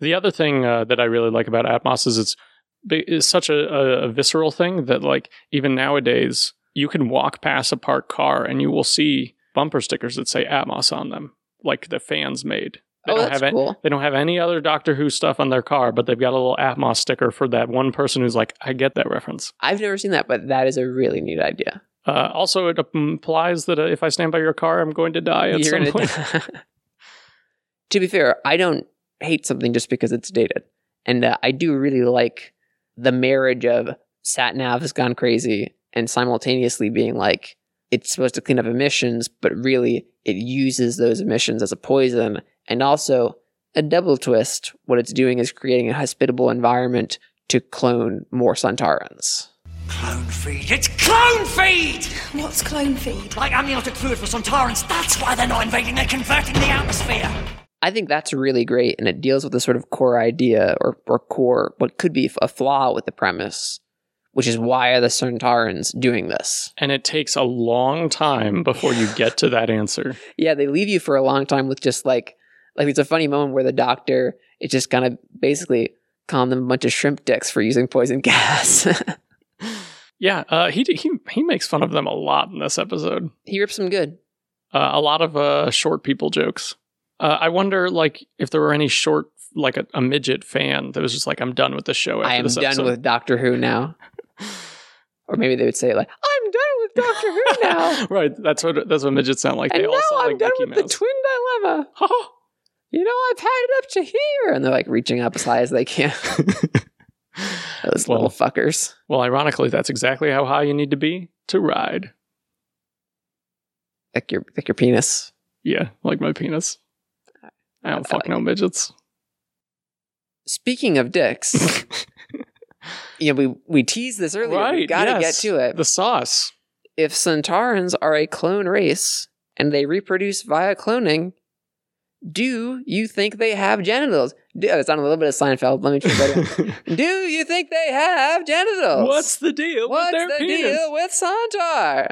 Speaker 3: The other thing uh, that I really like about Atmos is it's bi- is such a, a, a visceral thing that like even nowadays you can walk past a parked car and you will see bumper stickers that say Atmos on them, like the fans made. They
Speaker 1: Oh,
Speaker 3: don't
Speaker 1: that's
Speaker 3: have any,
Speaker 1: cool.
Speaker 3: They don't have any other Doctor Who stuff on their car, but they've got a little Atmos sticker for that one person who's like, "I get that reference."
Speaker 1: I've never seen that, but that is a really neat idea.
Speaker 3: Uh, also, it implies that uh, if I stand by your car, I'm going to die at
Speaker 1: You're
Speaker 3: some
Speaker 1: gonna
Speaker 3: point.
Speaker 1: (laughs) to be fair, I don't hate something just because it's dated. And uh, I do really like the marriage of sat nav has gone crazy and simultaneously being like, it's supposed to clean up emissions, but really it uses those emissions as a poison. And also, a double twist what it's doing is creating a hospitable environment to clone more Santarans.
Speaker 8: Clone feed. It's clone feed!
Speaker 10: What's clone feed?
Speaker 8: Like amniotic fluid for Sontarans. That's why they're not invading, they're converting the atmosphere.
Speaker 1: I think that's really great, and it deals with the sort of core idea or, or core what could be a flaw with the premise, which is why are the Centaurans doing this?
Speaker 3: (laughs) and it takes a long time before you get to that answer.
Speaker 1: Yeah, they leave you for a long time with just like like it's a funny moment where the doctor it just kind of basically calm them a bunch of shrimp dicks for using poison (laughs) gas.
Speaker 3: Yeah, uh, he he he makes fun of them a lot in this episode.
Speaker 1: he rips them good.
Speaker 3: Uh, a lot of uh, short people jokes. Uh, I wonder, like, if there were any short, like a, a midget fan that was just like, "I'm done with the show." After
Speaker 1: I am
Speaker 3: this
Speaker 1: done
Speaker 3: (laughs) episode."
Speaker 1: with Doctor Who
Speaker 3: (laughs)
Speaker 1: now. or maybe they would say like, I'm done with Doctor Who
Speaker 3: (laughs)
Speaker 1: now.
Speaker 3: right. That's what that's what midgets sound (laughs) like.
Speaker 1: and
Speaker 3: they
Speaker 1: now
Speaker 3: all sound
Speaker 1: I'm
Speaker 3: like
Speaker 1: done
Speaker 3: Mickey
Speaker 1: with
Speaker 3: Mouse.
Speaker 1: the twin
Speaker 3: (laughs)
Speaker 1: dilemma. you know, I've had it up to here. And they're like reaching up as high as they
Speaker 3: (laughs)
Speaker 1: can. Those little fuckers.
Speaker 3: well, ironically, that's exactly how high you need to be to ride.
Speaker 1: Like your like your penis.
Speaker 3: Yeah, like my penis. I don't fuck
Speaker 1: (laughs)
Speaker 3: no midgets.
Speaker 1: Speaking of
Speaker 3: (laughs)
Speaker 1: dicks, you know, we we teased this earlier. we
Speaker 3: Right,
Speaker 1: gotta
Speaker 3: yes.
Speaker 1: get to it.
Speaker 3: The sauce.
Speaker 1: If Centaurans are a clone race and they reproduce via cloning, do you think they have genitals? Do, oh, it's on a little bit of Seinfeld. Let me try
Speaker 3: (laughs)
Speaker 1: that. do you think they have genitals?
Speaker 3: What's the deal?
Speaker 1: What's
Speaker 3: with their
Speaker 1: the
Speaker 3: penis?
Speaker 1: deal with Centaur?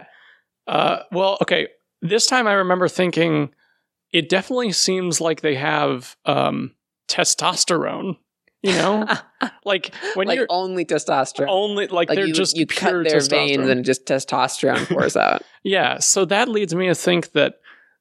Speaker 3: Uh, well, okay. This time I remember thinking it definitely seems like they have um, testosterone.
Speaker 1: (laughs)
Speaker 3: You know, like when
Speaker 1: like
Speaker 3: you're
Speaker 1: only testosterone.
Speaker 3: only like, they're
Speaker 1: you,
Speaker 3: just
Speaker 1: you
Speaker 3: pure
Speaker 1: cut their
Speaker 3: testosterone.
Speaker 1: veins and just testosterone pours
Speaker 3: (laughs)
Speaker 1: out.
Speaker 3: yeah. So that leads me to think that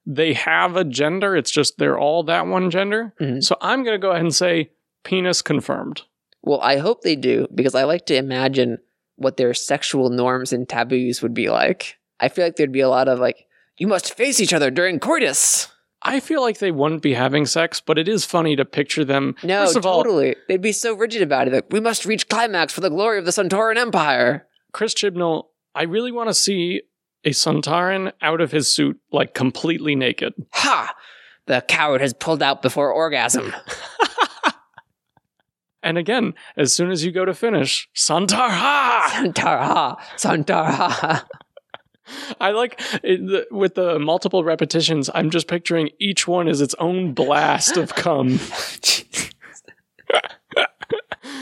Speaker 3: they have a gender. It's just they're all that one gender.
Speaker 1: Mm-hmm.
Speaker 3: So I'm gonna go ahead and say penis confirmed.
Speaker 1: Well, I hope they do because I like to imagine what their sexual norms and taboos would be like. I feel like there'd be a lot of like, you must face each other during coitus.
Speaker 3: I feel like they wouldn't be having sex, but it is funny to picture them.
Speaker 1: No,
Speaker 3: first of all,
Speaker 1: totally. They'd be so rigid about it. Like, we must reach climax for the glory of the Centauran Empire.
Speaker 3: Chris Chibnall, I really want to see a Suntaran out of his suit, like completely naked.
Speaker 1: Ha! The coward has pulled out before orgasm. (laughs)
Speaker 3: And again, as soon as you go to finish, Suntar ha!
Speaker 1: Santara, Santara.
Speaker 3: I like it, the, with the multiple repetitions. I'm just picturing each one as its own blast of cum.
Speaker 1: (laughs)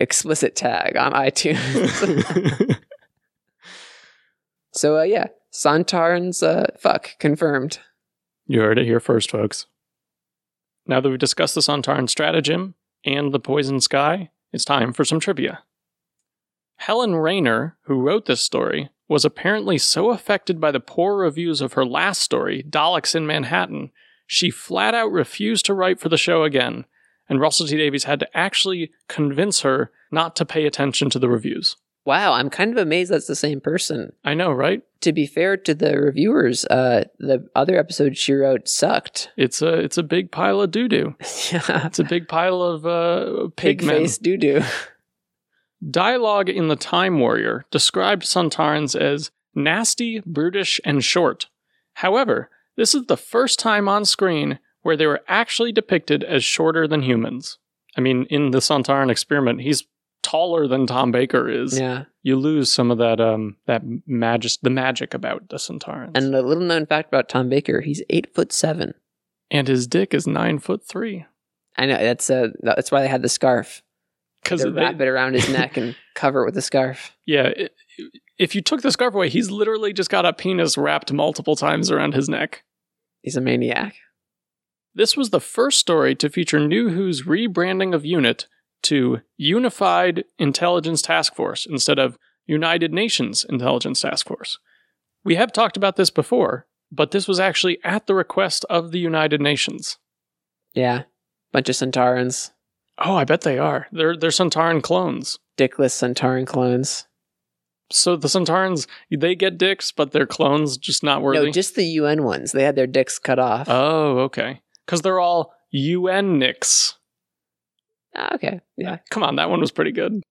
Speaker 1: Explicit tag on
Speaker 3: (laughs)
Speaker 1: iTunes. so, uh, yeah, Santarn's uh, fuck confirmed.
Speaker 3: You heard it here first, folks. Now that we've discussed the Santaran stratagem and the poison sky, it's time for some trivia. Helen Rayner, who wrote this story, was apparently so affected by the poor reviews of her last story, Daleks in Manhattan, she flat out refused to write for the show again, and Russell T Davies had to actually convince her not to pay attention to the reviews.
Speaker 1: Wow, I'm kind of amazed that's the same person.
Speaker 3: I know, right?
Speaker 1: To be fair to the reviewers, uh, the other episode she wrote sucked. (laughs)
Speaker 3: It's a it's a big pile of doo doo.
Speaker 1: Yeah.
Speaker 3: It's a big pile of uh,
Speaker 1: Pig
Speaker 3: pig men.
Speaker 1: face doo doo.
Speaker 3: Dialogue in The Time Warrior described Suntarans as nasty, brutish, and short. However, this is the first time on screen where they were actually depicted as shorter than humans. I mean, in the Santaran experiment, he's taller than Tom Baker is.
Speaker 1: Yeah.
Speaker 3: You lose some of that um that magic the magic about the Santarans.
Speaker 1: And a little known fact about Tom Baker: he's eight foot seven,
Speaker 3: and his dick is nine foot three.
Speaker 1: I know that's uh that's why they had the scarf
Speaker 3: Because
Speaker 1: they wrap it around his neck
Speaker 3: (laughs)
Speaker 1: and cover it with the scarf.
Speaker 3: yeah, it, if you took the scarf away, he's literally just got a penis wrapped multiple times around his neck.
Speaker 1: He's a maniac.
Speaker 3: This was the first story to feature New Who's rebranding of UNIT to Unified Intelligence Task Force instead of United Nations Intelligence Task Force. We have talked about this before, but this was actually at the request of the United Nations.
Speaker 1: Yeah, bunch of Centaurans,
Speaker 3: Oh, I bet they are. They're they're Centauran clones.
Speaker 1: dickless Centauran clones.
Speaker 3: So the Centaurans, they get dicks, but their clones just not worthy.
Speaker 1: No, just the UN ones. They had their dicks cut off.
Speaker 3: oh, okay. Because they're all UN nicks.
Speaker 1: Ah, okay, yeah,
Speaker 3: Come on, that one was pretty good.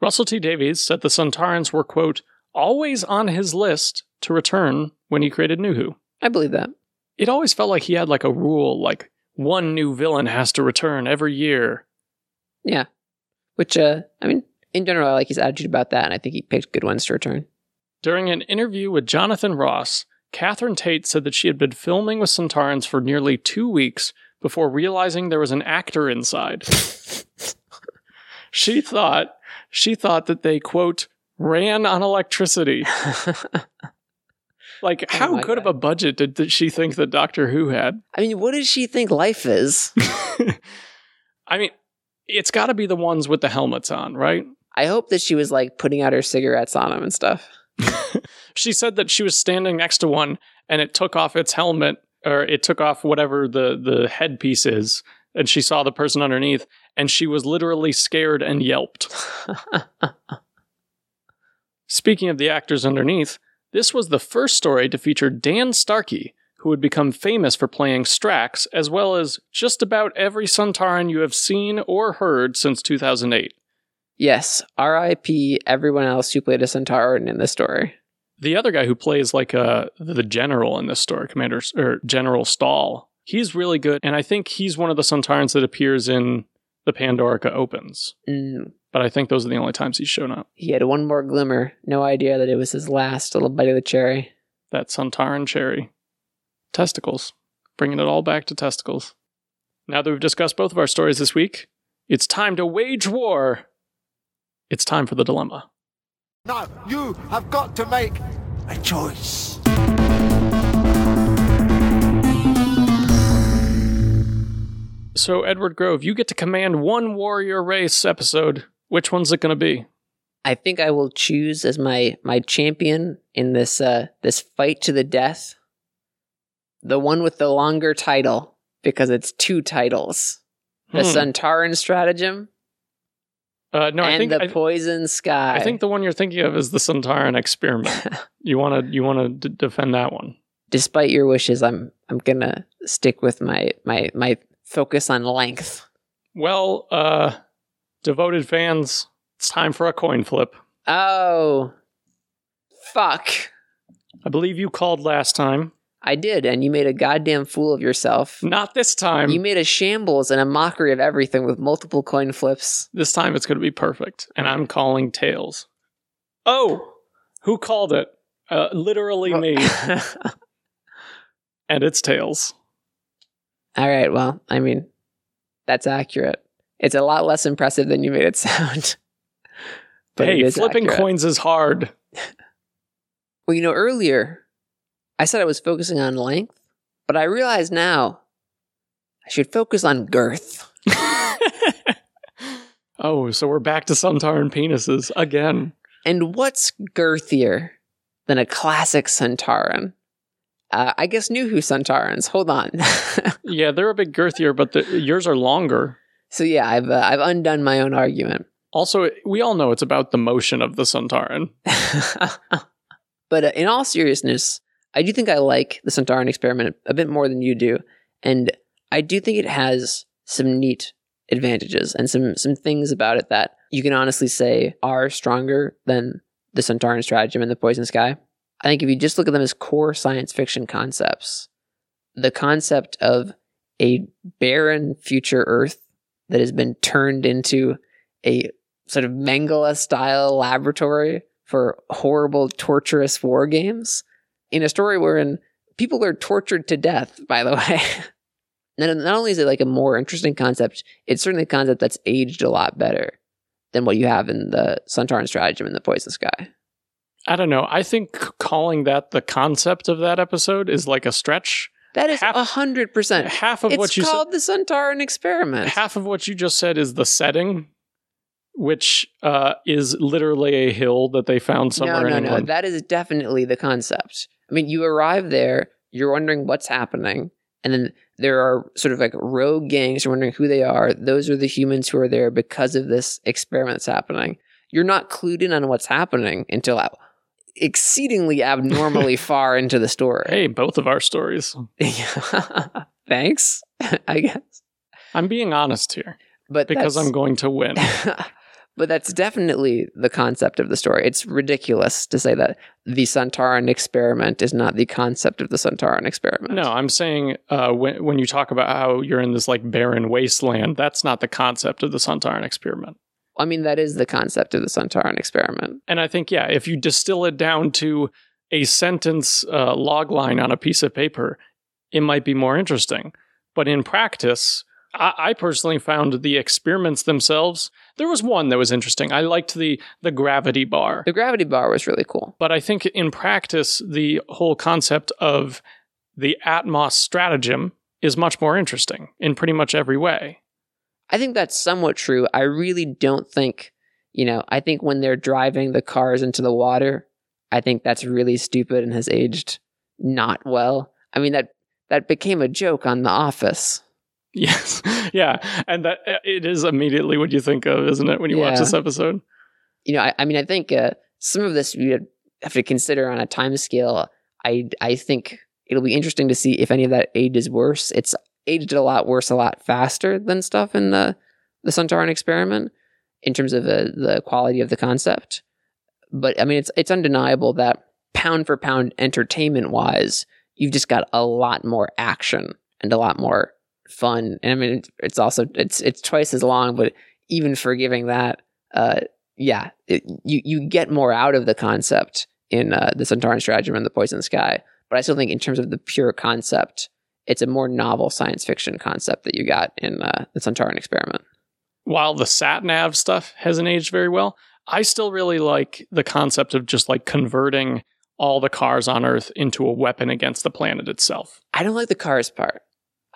Speaker 3: Russell T Davies said the Suntarans were, quote, always on his list to return when he created New Who.
Speaker 1: I believe that.
Speaker 3: It always felt like he had like a rule, like one new villain has to return every year.
Speaker 1: Yeah, which uh, I mean, in general, I like his attitude about that, and I think he picked good ones to return.
Speaker 3: During an interview with Jonathan Ross, Catherine Tate said that she had been filming with Suntarans for nearly two weeks before realizing there was an actor inside. she thought she thought that they quote ran on electricity. like how
Speaker 1: my
Speaker 3: good of a budget did th- she think that Doctor Who had?
Speaker 1: I mean, what does she think life is?
Speaker 3: I mean, it's got to be the ones with the helmets on, right?
Speaker 1: I hope that she was like putting out her cigarettes on him and stuff.
Speaker 3: (laughs) She said that she was standing next to one and it took off its helmet or it took off whatever the the headpiece is and she saw the person underneath and she was literally scared and yelped. Speaking of the actors underneath, this was the first story to feature Dan Starkey, who would become famous for playing Strax as well as just about every Suntaran you have seen or heard since 2008.
Speaker 1: Yes, R.I.P. Everyone else who played a Centauran in this story.
Speaker 3: the other guy who plays like uh the general in this story, Commander or General Stahl, he's really good, and I think he's one of the Suntarans that appears in the Pandorica opens.
Speaker 1: Mm,
Speaker 3: But I think those are the only times he's shown up.
Speaker 1: he had one more glimmer. No idea that it was his last little bite of the cherry.
Speaker 3: That Suntaran cherry, testicles, bringing it all back to testicles. Now that we've discussed both of our stories this week, it's time to wage war. It's time for the dilemma.
Speaker 13: No, you have got to make a choice.
Speaker 3: So Edward Grove, you get to command one warrior race episode. Which one's it going to be?
Speaker 1: I think I will choose as my my champion in this uh this fight to the death. The one with the longer title because it's two titles. The
Speaker 3: Hmm.
Speaker 1: Suntaran stratagem
Speaker 3: Uh, no, I
Speaker 1: and
Speaker 3: think
Speaker 1: the
Speaker 3: I-
Speaker 1: poison sky.
Speaker 3: I think the one you're thinking of is the
Speaker 1: (laughs)
Speaker 3: Centauran experiment. you want to you want to d- defend that one.
Speaker 1: despite your wishes, I'm I'm gonna stick with my my my focus on length.
Speaker 3: Well, uh devoted fans, it's time for a coin flip.
Speaker 1: Oh, fuck!
Speaker 3: I believe you called last time.
Speaker 1: I did, and you made a goddamn fool of yourself.
Speaker 3: Not this time.
Speaker 1: you made a shambles and a mockery of everything with multiple coin flips.
Speaker 3: this time it's going to be perfect, and I'm calling tails. Oh, who called it? Uh, literally
Speaker 1: Oh. (laughs)
Speaker 3: me. and it's tails.
Speaker 1: All right, well, I mean, that's accurate. It's a lot less impressive than you made it (laughs) sound. it
Speaker 3: hey,
Speaker 1: is
Speaker 3: flipping
Speaker 1: accurate.
Speaker 3: coins is hard.
Speaker 1: Well, you know, earlier I said I was focusing on length, but I realize now I should focus on
Speaker 3: (laughs)
Speaker 1: girth.
Speaker 3: Oh, so we're back to Suntaran penises again.
Speaker 1: And what's girthier than a classic Centauran? Uh, I guess knew who Centaurans. Hold on. (laughs)
Speaker 3: Yeah, they're a bit girthier, but the, yours are longer.
Speaker 1: so yeah, I've uh, I've undone my own argument.
Speaker 3: Also, we all know it's about the motion of the Suntaran.
Speaker 1: (laughs) But uh, in all seriousness, I do think I like the Centauran experiment a bit more than you do, and I do think it has some neat advantages and some some things about it that you can honestly say are stronger than the Centauran stratagem and the Poison Sky. I think if you just look at them as core science fiction concepts, the concept of a barren future Earth that has been turned into a sort of Mengele style laboratory for horrible, torturous war games in a story wherein people are tortured to death, (laughs) by the way. not, not only is it like a more interesting concept, it's certainly a concept that's aged a lot better than what you have in the Suntarn Stratagem and the Poison Sky.
Speaker 3: I don't know. I think calling that the concept of that episode is like a stretch.
Speaker 1: That is a hundred percent.
Speaker 3: Half of
Speaker 1: it's
Speaker 3: what you said-
Speaker 1: called the Suntarn experiment.
Speaker 3: Half of what you just said is the setting, which uh, is literally a hill that they found somewhere
Speaker 1: no, no,
Speaker 3: in
Speaker 1: no.
Speaker 3: England.
Speaker 1: That is definitely the concept. I mean, you arrive there, you're wondering what's happening, and then there are sort of like rogue gangs. You're wondering who they are. Those are the humans who are there because of this experiment that's happening. You're not clued in on what's happening until ab- exceedingly
Speaker 3: (laughs)
Speaker 1: abnormally far into the story. (laughs)
Speaker 3: Hey, both of our stories.
Speaker 1: Thanks, (laughs) I guess.
Speaker 3: I'm being honest here,
Speaker 1: but
Speaker 3: because
Speaker 1: that's-
Speaker 3: I'm going
Speaker 1: (laughs)
Speaker 3: to win.
Speaker 1: But that's definitely the concept of the story. It's ridiculous to say that the Santaran experiment is not the concept of the Santaran experiment.
Speaker 3: No, I'm saying uh, when when you talk about how you're in this like barren wasteland, that's not the concept of the Santaran experiment.
Speaker 1: I mean, that is the concept of the Santaran experiment.
Speaker 3: And I think yeah, if you distill it down to a sentence uh, log line on a piece of paper, it might be more interesting. But in practice, I, I personally found the experiments themselves. There was one that was interesting. I liked the the gravity bar.
Speaker 1: The gravity bar was really cool.
Speaker 3: But I think in practice, the whole concept of the Atmos stratagem is much more interesting in pretty much every way. (laughs)
Speaker 1: I think that's somewhat true. I really don't think, you know, I think when they're driving the cars into the water, I think that's really stupid and has aged not well. I mean that that became a joke on The Office.
Speaker 3: Yes. yeah. And that uh, it is immediately what you think of, isn't it, when you watch
Speaker 1: Yeah.
Speaker 3: this episode?
Speaker 1: you know, I, I mean, I think uh, some of this you have to consider on a time scale. I I think it'll be interesting to see if any of that ages worse. It's aged a lot worse, a lot faster than stuff in the the Suntaran experiment in terms of uh, the quality of the concept. But I mean, it's it's undeniable that pound for pound, entertainment wise, you've just got a lot more action and a lot more fun. And I mean, it's, it's also it's it's twice as long, but even forgiving that, uh, yeah, it, you you get more out of the concept in uh, the Centauran Stratagem and the Poison Sky. But I still think, in terms of the pure concept, it's a more novel science fiction concept that you got in uh, the Centauran Experiment.
Speaker 3: While the sat nav stuff hasn't aged very well, I still really like the concept of just like converting all the cars on Earth into a weapon against the planet itself.
Speaker 1: I don't like the cars part.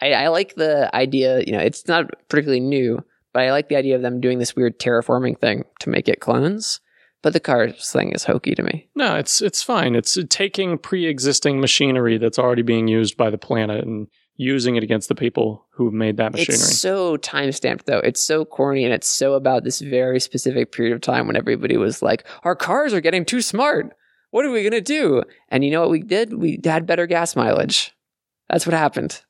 Speaker 1: I, I like the idea, you know, it's not particularly new, but I like the idea of them doing this weird terraforming thing to make it clones. But the cars thing is hokey to me.
Speaker 3: No, it's it's fine. It's taking pre-existing machinery that's already being used by the planet and using it against the people who've made that machinery.
Speaker 1: It's so time stamped though. It's so corny and it's so about this very specific period of time when everybody was like, "Our cars are getting too smart. What are we gonna do?" And you know what we did? We had better gas mileage. That's what happened.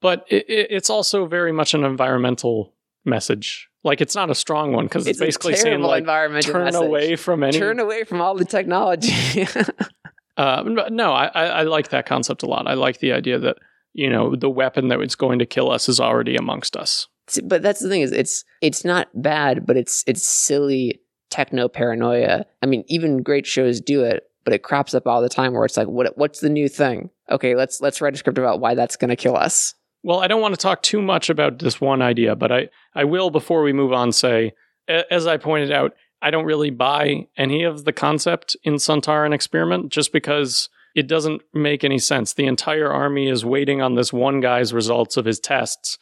Speaker 3: but it, it, it's also very much an environmental message. Like it's not a strong one because it's,
Speaker 1: a
Speaker 3: basically saying
Speaker 1: terrible
Speaker 3: like
Speaker 1: environmental
Speaker 3: turn
Speaker 1: message.
Speaker 3: away from any.
Speaker 1: turn away from all the technology. (laughs)
Speaker 3: uh, n- no, I, I I like that concept a lot. I like the idea that you know the weapon that is going to kill us is already amongst us.
Speaker 1: It's- but that's the thing is it's it's not bad, but it's it's silly techno paranoia. I mean, even great shows do it, but it crops up all the time where it's like, what what's the new thing? Okay, let's let's write a script about why that's gonna kill us.
Speaker 3: Well, I don't want to talk too much about this one idea, but I, I will, before we move on, say, a- as I pointed out, I don't really buy any of the concept in Santaran Experiment just because it doesn't make any sense. The entire army is waiting on this one guy's results of his tests.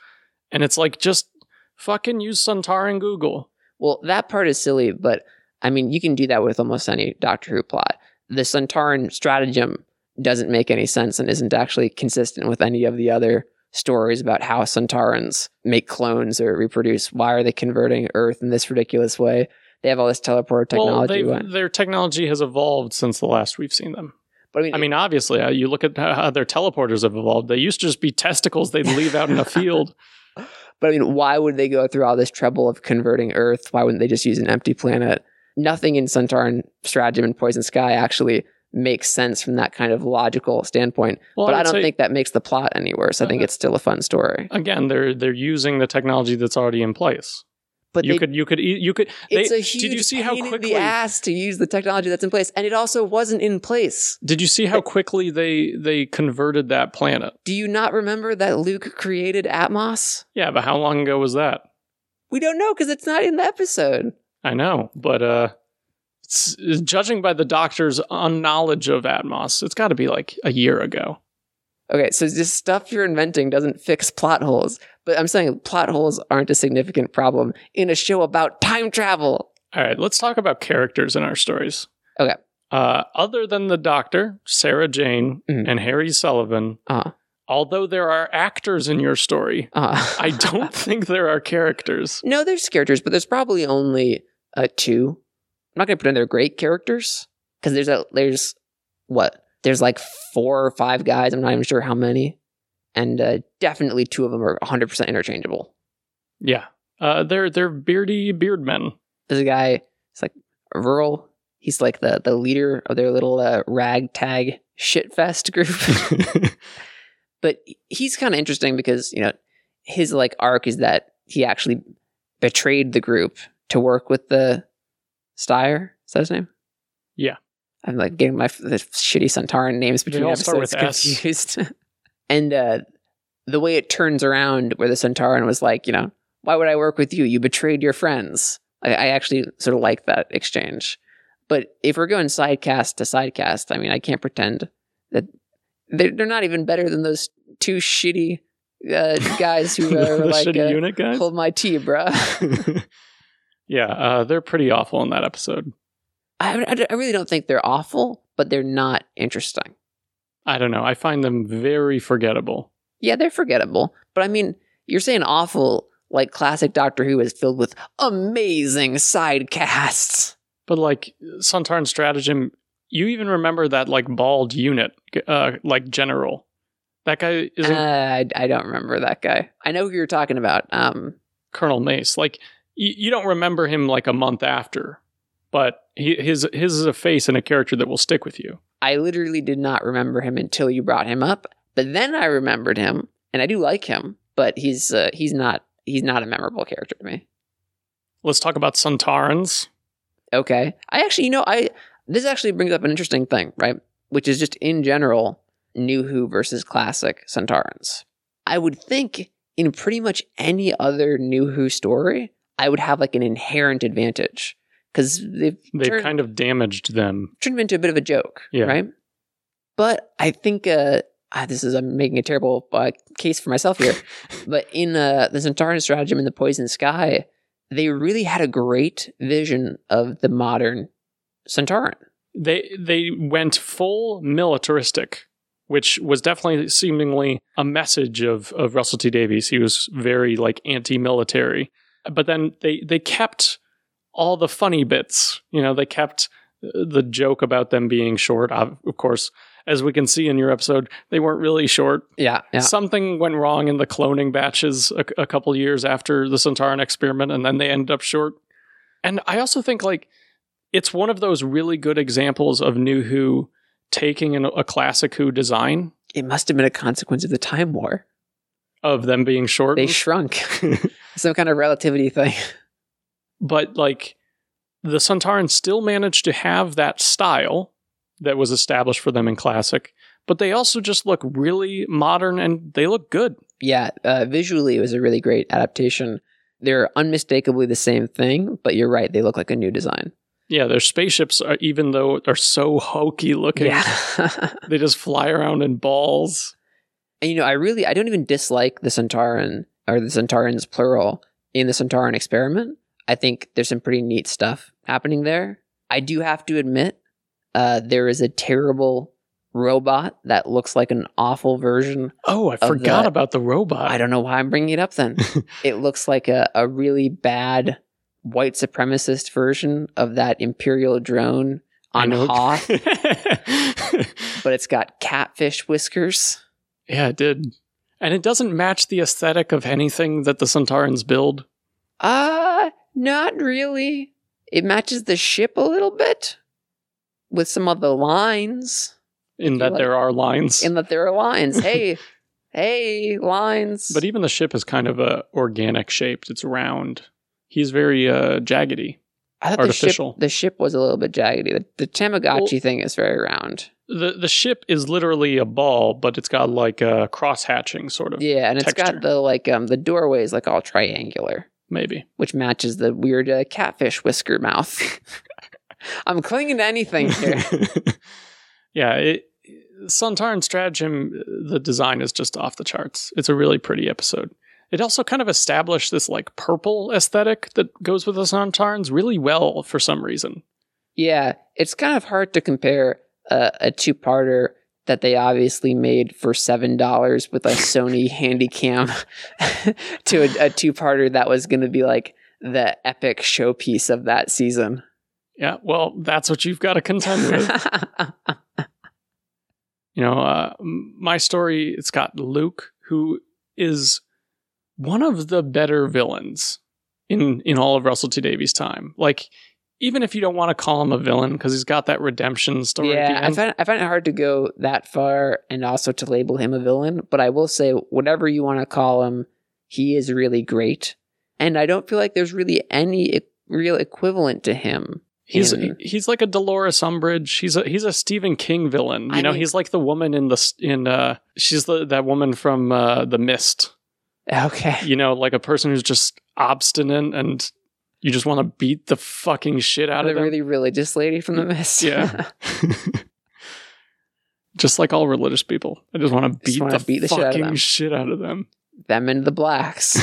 Speaker 3: And it's like, just fucking use Santaran Google.
Speaker 1: Well, that part is silly, but I mean, you can do that with almost any Doctor Who plot. The Centauran stratagem doesn't make any sense and isn't actually consistent with any of the other stories about how Centaurans make clones or reproduce. Why are they converting Earth in this ridiculous way? They have all this teleport technology.
Speaker 3: Well,
Speaker 1: Why-
Speaker 3: they've- their technology has evolved since the last we've seen them.
Speaker 1: But I mean,
Speaker 3: obviously, uh, you look at how how their teleporters have evolved. They used to just be (laughs) testicles they'd leave out in
Speaker 1: (laughs)
Speaker 3: a field.
Speaker 1: But I mean, why would they go through all this trouble of converting Earth? Why wouldn't they just use an empty planet? Nothing in Suntarn Stratagem and Poison Sky actually makes sense from that kind of logical standpoint.
Speaker 3: Well, Uh-huh.
Speaker 1: but
Speaker 3: I
Speaker 1: I
Speaker 3: would
Speaker 1: don't
Speaker 3: say-
Speaker 1: think that makes the plot any worse. I think it's still a fun story.
Speaker 3: Again, they're they're using the technology that's already in place.
Speaker 1: But
Speaker 3: you
Speaker 1: they-
Speaker 3: could you could e- you could.
Speaker 1: It's
Speaker 3: they,
Speaker 1: a huge
Speaker 3: did you see how
Speaker 1: pain
Speaker 3: quickly
Speaker 1: in the ass to use the technology that's in place, and it also wasn't in place.
Speaker 3: Did you see how quickly they they converted that planet?
Speaker 1: Do you not remember that Luke created Atmos?
Speaker 3: Yeah, but how long ago was that?
Speaker 1: We don't know because it's not in the episode.
Speaker 3: I know, but uh, it's, judging by the doctor's unknowledge of Atmos, it's got to be like a year ago.
Speaker 1: Okay, so this stuff you're inventing doesn't fix plot holes, but I'm saying plot holes aren't a significant problem in a show about time travel.
Speaker 3: All right, let's talk about characters in our stories.
Speaker 1: Okay.
Speaker 3: Uh, other than the Doctor, Sarah Jane,
Speaker 1: Mm.
Speaker 3: and Harry Sullivan,
Speaker 1: uh
Speaker 3: although there are actors in your story,
Speaker 1: uh (laughs)
Speaker 3: I don't think there are characters.
Speaker 1: No, there's characters, but there's probably only uh, two. I'm not gonna pretend they're great characters because there's a there's what there's like four or five guys. I'm not even sure how many, and uh, definitely two of them are 100 percent interchangeable.
Speaker 3: Yeah, uh, they're they're beardy beard men.
Speaker 1: There's a guy. It's like rural. He's like the the leader of their little uh, ragtag shitfest (laughs) group. but he's kind of interesting because you know his like arc is that he actually betrayed the group to work with the Steyer. Is that his name?
Speaker 3: Yeah.
Speaker 1: I'm like getting my the shitty Centauran names
Speaker 3: They
Speaker 1: between
Speaker 3: all start
Speaker 1: episodes
Speaker 3: with S.
Speaker 1: confused. (laughs) and uh, the way it turns around, where the Centauran was like, you know, why would I work with you? You betrayed your friends. I, I actually sort of like that exchange. But if we're going sidecast to sidecast, I mean, I can't pretend that they're, they're not even better than those two shitty
Speaker 3: (laughs)
Speaker 1: uh, guys who uh,
Speaker 3: The
Speaker 1: were like,
Speaker 3: shitty
Speaker 1: uh,
Speaker 3: unit guys?
Speaker 1: hold my tea, bruh.
Speaker 3: (laughs)
Speaker 1: (laughs)
Speaker 3: Yeah, uh, they're pretty awful in that episode.
Speaker 1: I, I, I really don't think they're awful, but they're not interesting.
Speaker 3: I don't know. I find them very forgettable.
Speaker 1: Yeah, they're forgettable. But I mean, you're saying awful like classic Doctor Who is filled with amazing sidecasts.
Speaker 3: But like Suntarn stratagem, you even remember that like bald unit, uh, like general. That guy isn't
Speaker 1: Uh, I, I don't remember that guy. I know who you're talking about. Um,
Speaker 3: Colonel Mace. Like you, you don't remember him like a month after, but he, his his is a face and a character that will stick with you.
Speaker 1: I literally did not remember him until you brought him up, but then I remembered him, and I do like him, but he's uh, he's not he's not a memorable character to me.
Speaker 3: Let's talk about Suntarans.
Speaker 1: Okay. I actually, you know, I this actually brings up an interesting thing, right? Which is just in general, New Who versus classic Centaurans. I would think in pretty much any other New Who story, I would have like an inherent advantage because they've
Speaker 3: They've
Speaker 1: turned,
Speaker 3: kind of damaged them.
Speaker 1: turned them into a bit of a joke,
Speaker 3: Yeah.
Speaker 1: right? But I think uh, ah, this is I'm making a terrible uh, case for myself here. but in uh, the Centauran stratagem in the Poison Sky, they really had a great vision of the modern Centauran.
Speaker 3: They they went full militaristic, which was definitely seemingly a message of of Russell T Davies. He was very like anti-military, but then they they kept all the funny bits. You know, they kept the joke about them being short. Of of course, as we can see in your episode, they weren't really short.
Speaker 1: Yeah, yeah.
Speaker 3: Something went wrong in the cloning batches a, a couple years after the Centauran experiment, and then they ended up short. And I also think like it's one of those really good examples of New Who taking an, a classic Who design
Speaker 1: It must have been a consequence of the Time War.
Speaker 3: of them being short.
Speaker 1: They shrunk. (laughs) Some kind of relativity thing. (laughs)
Speaker 3: but like the Suntarans still managed to have that style that was established for them in classic, but they also just look really modern and they look good.
Speaker 1: Yeah, uh, visually, it was a really great adaptation. They're unmistakably the same thing, but you're right. They look like a new design.
Speaker 3: Yeah, their spaceships are even though are so hokey looking,
Speaker 1: Yeah. (laughs)
Speaker 3: they just fly around in balls.
Speaker 1: And you know, I really I don't even dislike the Centauran or the Centaurans plural in the Centauran experiment. I think there's some pretty neat stuff happening there. I do have to admit, uh, there is a terrible robot that looks like an awful version.
Speaker 3: Oh, I
Speaker 1: of
Speaker 3: forgot
Speaker 1: the-
Speaker 3: about the robot.
Speaker 1: I don't know why I'm bringing it up then. it looks like a, a really bad white supremacist version of that Imperial drone on
Speaker 3: know.
Speaker 1: Hoth.
Speaker 3: (laughs)
Speaker 1: but it's got catfish whiskers.
Speaker 3: Yeah, it did. And it doesn't match the aesthetic of anything that the Centaurans build.
Speaker 1: Uh, not really. It matches the ship a little bit, with some of the lines.
Speaker 3: in that there are lines.
Speaker 1: In that there are
Speaker 3: (laughs)
Speaker 1: lines. Hey, hey, lines.
Speaker 3: But even the ship is kind of uh, organic shaped. It's round. He's very uh, jaggedy,
Speaker 1: I thought
Speaker 3: artificial.
Speaker 1: The, ship, the ship was a little bit jaggedy. The, the Tamagotchi
Speaker 3: Well-
Speaker 1: thing is very round.
Speaker 3: The the ship is literally a ball, but it's got like a cross hatching sort of.
Speaker 1: Yeah, and it's got the like um the doorway is like all triangular,
Speaker 3: maybe,
Speaker 1: which matches the weird uh, catfish whisker mouth. (laughs) I'm clinging to anything here.
Speaker 3: (laughs) yeah. It, Suntarn stratagem. The design is just off the charts. It's a really pretty episode. It also kind of established this like purple aesthetic that goes with the Suntarns really well for some reason.
Speaker 1: Yeah, it's kind of hard to compare a, a two-parter that they obviously made for seven dollars with a Sony Handycam (laughs) to a, a two-parter that was going to be like the epic showpiece of that season. (laughs)
Speaker 3: Yeah, well, that's what you've got to contend with. you know, uh, m- my story, it's got Luke, who is one of the better villains in, in all of Russell T Davies' time. Like, even if you don't want to call him a villain, because he's got that redemption story. at
Speaker 1: Yeah,
Speaker 3: the
Speaker 1: I
Speaker 3: end.
Speaker 1: find I find it hard to go that far and also to label him a villain. But I will say, whatever you want to call him, he is really great. And I don't feel like there's really any e- real equivalent to him.
Speaker 3: He's
Speaker 1: in-
Speaker 3: he's like a Dolores Umbridge. He's a he's a Stephen King villain. You
Speaker 1: I
Speaker 3: know,
Speaker 1: mean-
Speaker 3: he's like the woman in the s- in uh she's the that woman from uh The Mist.
Speaker 1: Okay.
Speaker 3: You know, like a person who's just obstinate and you just want to beat the fucking shit out
Speaker 1: the
Speaker 3: of them.
Speaker 1: really religious lady from the mist. (laughs)
Speaker 3: Yeah. just like all religious people. I just want to beat
Speaker 1: wanna
Speaker 3: the
Speaker 1: beat the shit
Speaker 3: fucking
Speaker 1: out of them.
Speaker 3: shit out
Speaker 1: (laughs)
Speaker 3: of them.
Speaker 1: them into the blacks.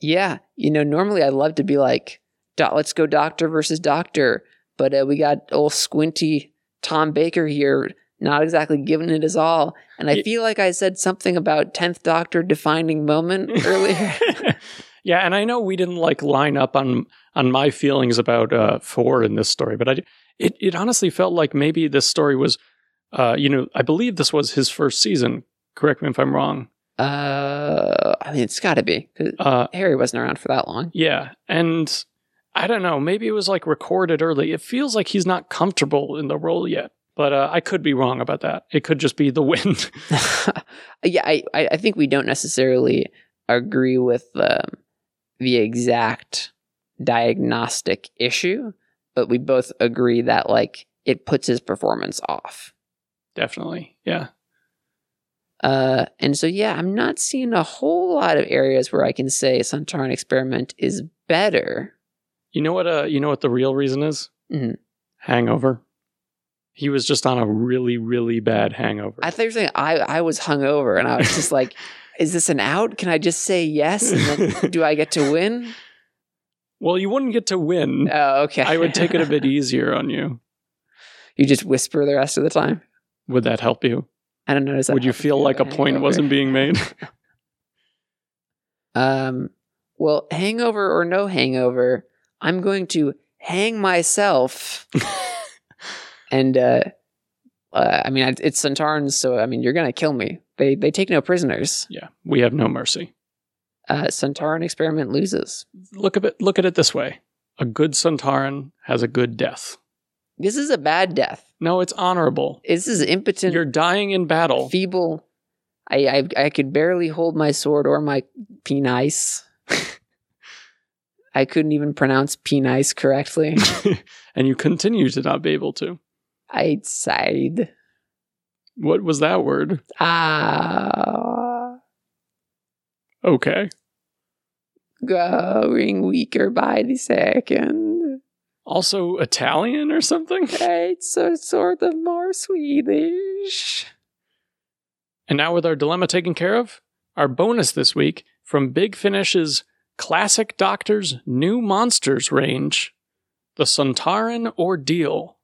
Speaker 1: yeah, you know, normally I love to be like, "Do- let's go doctor versus doctor, but uh, we got old squinty Tom Baker here, not exactly giving it his all. And I feel like I said something about 10th Doctor defining
Speaker 3: (laughs)
Speaker 1: moment earlier.
Speaker 3: Yeah, and I know we didn't like line up on on my feelings about uh, Ford in this story, but I it it honestly felt like maybe this story was, uh, you know, I believe this was his first season. Correct me if I'm wrong.
Speaker 1: Uh, I mean, it's got to be. 'cause
Speaker 3: Uh,
Speaker 1: Harry wasn't around for that long.
Speaker 3: Yeah, and I don't know. Maybe it was like recorded early. It feels like he's not comfortable in the role yet, but uh, I could be wrong about that. It could just be the (laughs) wind.
Speaker 1: (laughs) yeah, I, I I think we don't necessarily agree with um, the exact diagnostic issue, but we both agree that like it puts his performance off.
Speaker 3: Definitely, yeah.
Speaker 1: Uh, and so yeah, I'm not seeing a whole lot of areas where I can say Suntarn Experiment is better.
Speaker 3: You know what? Uh, you know what the real reason is?
Speaker 1: Mhm.
Speaker 3: Hangover. He was just on a really, really bad hangover.
Speaker 1: I thought you were saying I I was hungover and I was just
Speaker 3: (laughs)
Speaker 1: like, is this an out? Can I just say yes and then do I get to win?
Speaker 3: Well, you wouldn't get to win.
Speaker 1: Oh, okay.
Speaker 3: I would take it a bit easier on you.
Speaker 1: (laughs) You just whisper the rest of the time.
Speaker 3: Would that help you?
Speaker 1: I don't notice that.
Speaker 3: Would you
Speaker 1: happens
Speaker 3: feel
Speaker 1: when
Speaker 3: like a
Speaker 1: have
Speaker 3: point
Speaker 1: hangover.
Speaker 3: wasn't
Speaker 1: (laughs)
Speaker 3: being made?
Speaker 1: Um, well, hangover or no hangover, I'm going to hang
Speaker 3: (laughs)
Speaker 1: myself. and uh, uh, I mean, I- it's Centaurans, so I mean, you're gonna kill me. They they take no prisoners.
Speaker 3: Yeah. we have no mercy.
Speaker 1: Uh, Centauran experiment loses.
Speaker 3: Look at it. Look at it this way: a good Centauran has a good death.
Speaker 1: This is a bad death.
Speaker 3: No, it's honorable.
Speaker 1: This is impotent.
Speaker 3: You're dying in battle.
Speaker 1: feeble. I, I I could barely hold my sword or my
Speaker 3: (laughs)
Speaker 1: penis. I couldn't even pronounce penis correctly.
Speaker 3: (laughs) and you continue to not be able to.
Speaker 1: I sighed.
Speaker 3: What was that word?
Speaker 1: Ah,
Speaker 3: Okay.
Speaker 1: growing weaker by the second.
Speaker 3: Also Italian or something?
Speaker 1: It's a sort of more Swedish.
Speaker 3: And now, with our dilemma taken care of, our bonus this week from Big Finish's Classic Doctor's New Monsters range The Suntaran Ordeal.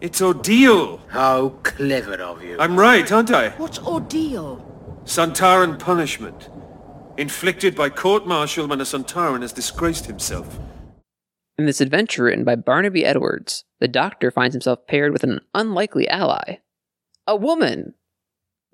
Speaker 14: It's ordeal.
Speaker 11: How clever of you.
Speaker 14: I'm right, aren't I?
Speaker 15: What's ordeal?
Speaker 14: Santaran punishment. Inflicted by court martial when a Santaran has disgraced himself.
Speaker 1: In this adventure written by Barnaby Edwards, the doctor finds himself paired with an unlikely ally a woman.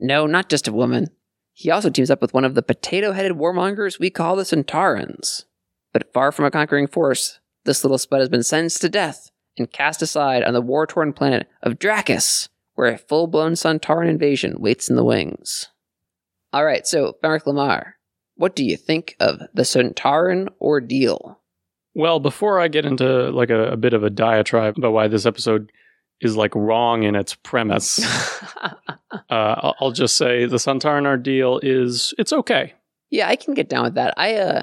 Speaker 1: No, not just a woman. He also teams up with one of the potato headed warmongers we call the Centaurans. But far from a conquering force, this little spud has been sentenced to death and cast aside on the war torn planet of Dracus, where a full blown Suntaran invasion waits in the wings. All right, so, Mark Lamar, what do you think of the Suntaran ordeal?
Speaker 3: Well, before I get into like a, a bit of a diatribe about why this episode is like wrong in its premise,
Speaker 1: (laughs)
Speaker 3: uh, I'll, I'll just say the Suntaran ordeal is it's okay.
Speaker 1: Yeah, I can get down with that. I, uh,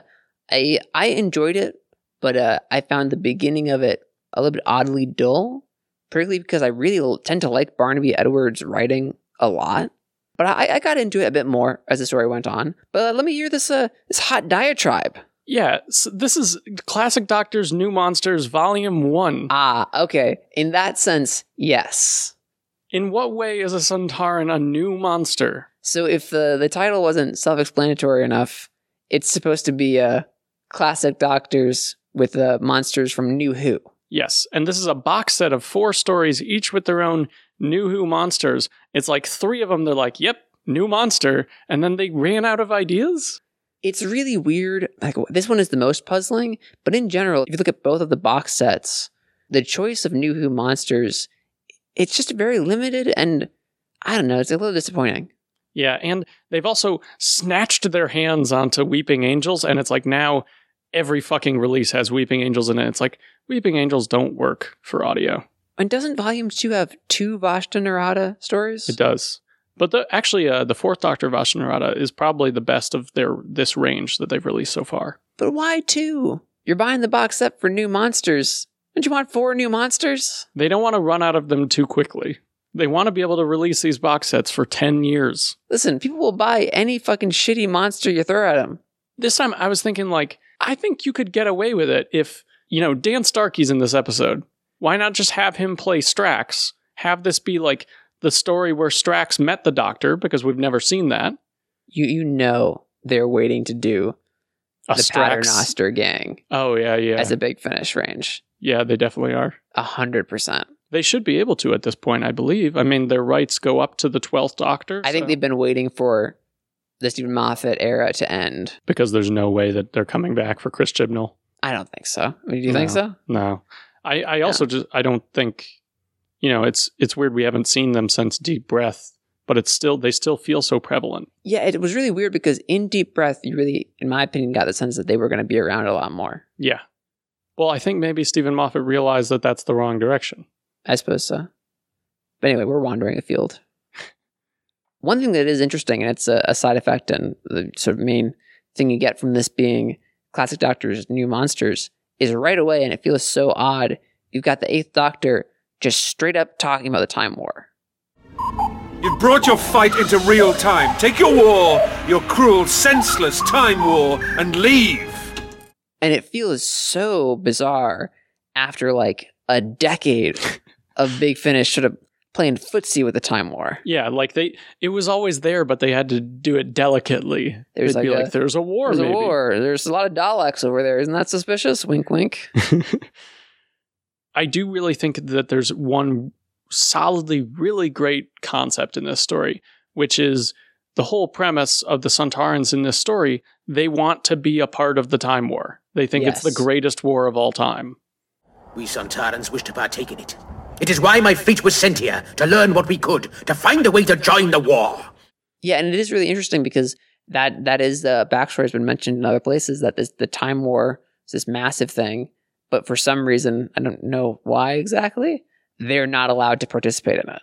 Speaker 1: I, I enjoyed it, but uh, I found the beginning of it a little bit oddly dull, particularly because I really l- tend to like Barnaby Edwards' writing a lot. But I, I got into it a bit more as the story went on. But uh, let me hear this uh, this hot diatribe.
Speaker 3: Yeah, so this is Classic Doctors New Monsters Volume 1.
Speaker 1: Ah, okay. In that sense, yes.
Speaker 3: In what way is a Suntaran a new monster?
Speaker 1: So if the the title wasn't self-explanatory enough, it's supposed to be uh, classic doctors with uh, monsters from New Who.
Speaker 3: Yes, and this is a box set of four stories, each with their own New Who monsters. It's like three of them, they're like, yep, new monster. And then they ran out of ideas?
Speaker 1: It's really weird. Like, this one is the most puzzling, but in general, if you look at both of the box sets, the choice of New Who monsters, it's just very limited, and I don't know, it's a little disappointing.
Speaker 3: Yeah, and they've also snatched their hands onto Weeping Angels, and it's like now every fucking release has Weeping Angels in it. It's like Weeping Angels don't work for audio.
Speaker 1: And doesn't Volume 2 have two Vashta Narada stories?
Speaker 3: It does. But the, actually, uh, the fourth Doctor Vashta Narada is probably the best of their this range that they've released so far.
Speaker 1: But why two? You're buying the box set for new monsters. Don't you want four new monsters?
Speaker 3: They don't want to run out of them too quickly. They want to be able to release these box sets for 10 years.
Speaker 1: Listen, people will buy any fucking shitty monster you throw at them.
Speaker 3: This time I was thinking, like, I think you could get away with it if, you know, Dan Starkey's in this episode. Why not just have him play Strax? Have this be like the story where Strax met the doctor because we've never seen that.
Speaker 1: You you know they're waiting to do
Speaker 3: A
Speaker 1: the
Speaker 3: Strax-
Speaker 1: Paternoster gang
Speaker 3: Oh, yeah, yeah.
Speaker 1: as a big finish range.
Speaker 3: yeah, they definitely are.
Speaker 1: A hundred percent.
Speaker 3: They should be able to at this point, I believe. I mean, their rights go up to the 12th Doctor.
Speaker 1: I think
Speaker 3: so-
Speaker 1: they've been waiting for the Stephen Moffat era to end.
Speaker 3: because there's no way that they're coming back for Chris Chibnall.
Speaker 1: I don't think so. I mean, do you think
Speaker 3: No.
Speaker 1: so?
Speaker 3: No, I, I also just I don't think, you know, it's it's weird we haven't seen them since Deep Breath, but it's still they still feel so prevalent.
Speaker 1: Yeah, it was really weird because in Deep Breath, you really, in my opinion, got the sense that they were going to be around a lot more.
Speaker 3: Yeah. Well, I think maybe Stephen Moffat realized that that's the wrong direction.
Speaker 1: I suppose so. But anyway, we're wandering afield. (laughs) One thing that is interesting, and it's a, a side effect and the sort of main thing you get from this being Classic Doctor's New Monsters, is right away, and it feels so odd, you've got the Eighth Doctor just straight up talking about the Time War.
Speaker 14: You've brought your fight into real time. Take your war, your cruel, senseless time war, and leave.
Speaker 1: and it feels so bizarre after like a decade of Big Finish sort of playing footsie with the Time War.
Speaker 3: Yeah, like they it was always there, but they had to do it delicately.
Speaker 1: There's
Speaker 3: They'd be
Speaker 1: like a-
Speaker 3: like, "There's a war,
Speaker 1: There's
Speaker 3: maybe."
Speaker 1: a war. There's a lot of Daleks over there. Isn't that suspicious? Wink, wink.
Speaker 3: I do really think that there's one solidly really great concept in this story, which is the whole premise of the Suntarans in this story. They want to be a part of the Time War. They think it's
Speaker 8: Yes.
Speaker 3: the greatest war of all time.
Speaker 8: We Santarans wish to partake in it. It is why my fleet was sent here, to learn what we could, to find a way to join the war.
Speaker 1: Yeah, and it is really interesting because that that is the backstory has been mentioned in other places that this the Time War is this massive thing, but for some reason I don't know why exactly they're not allowed to participate in it.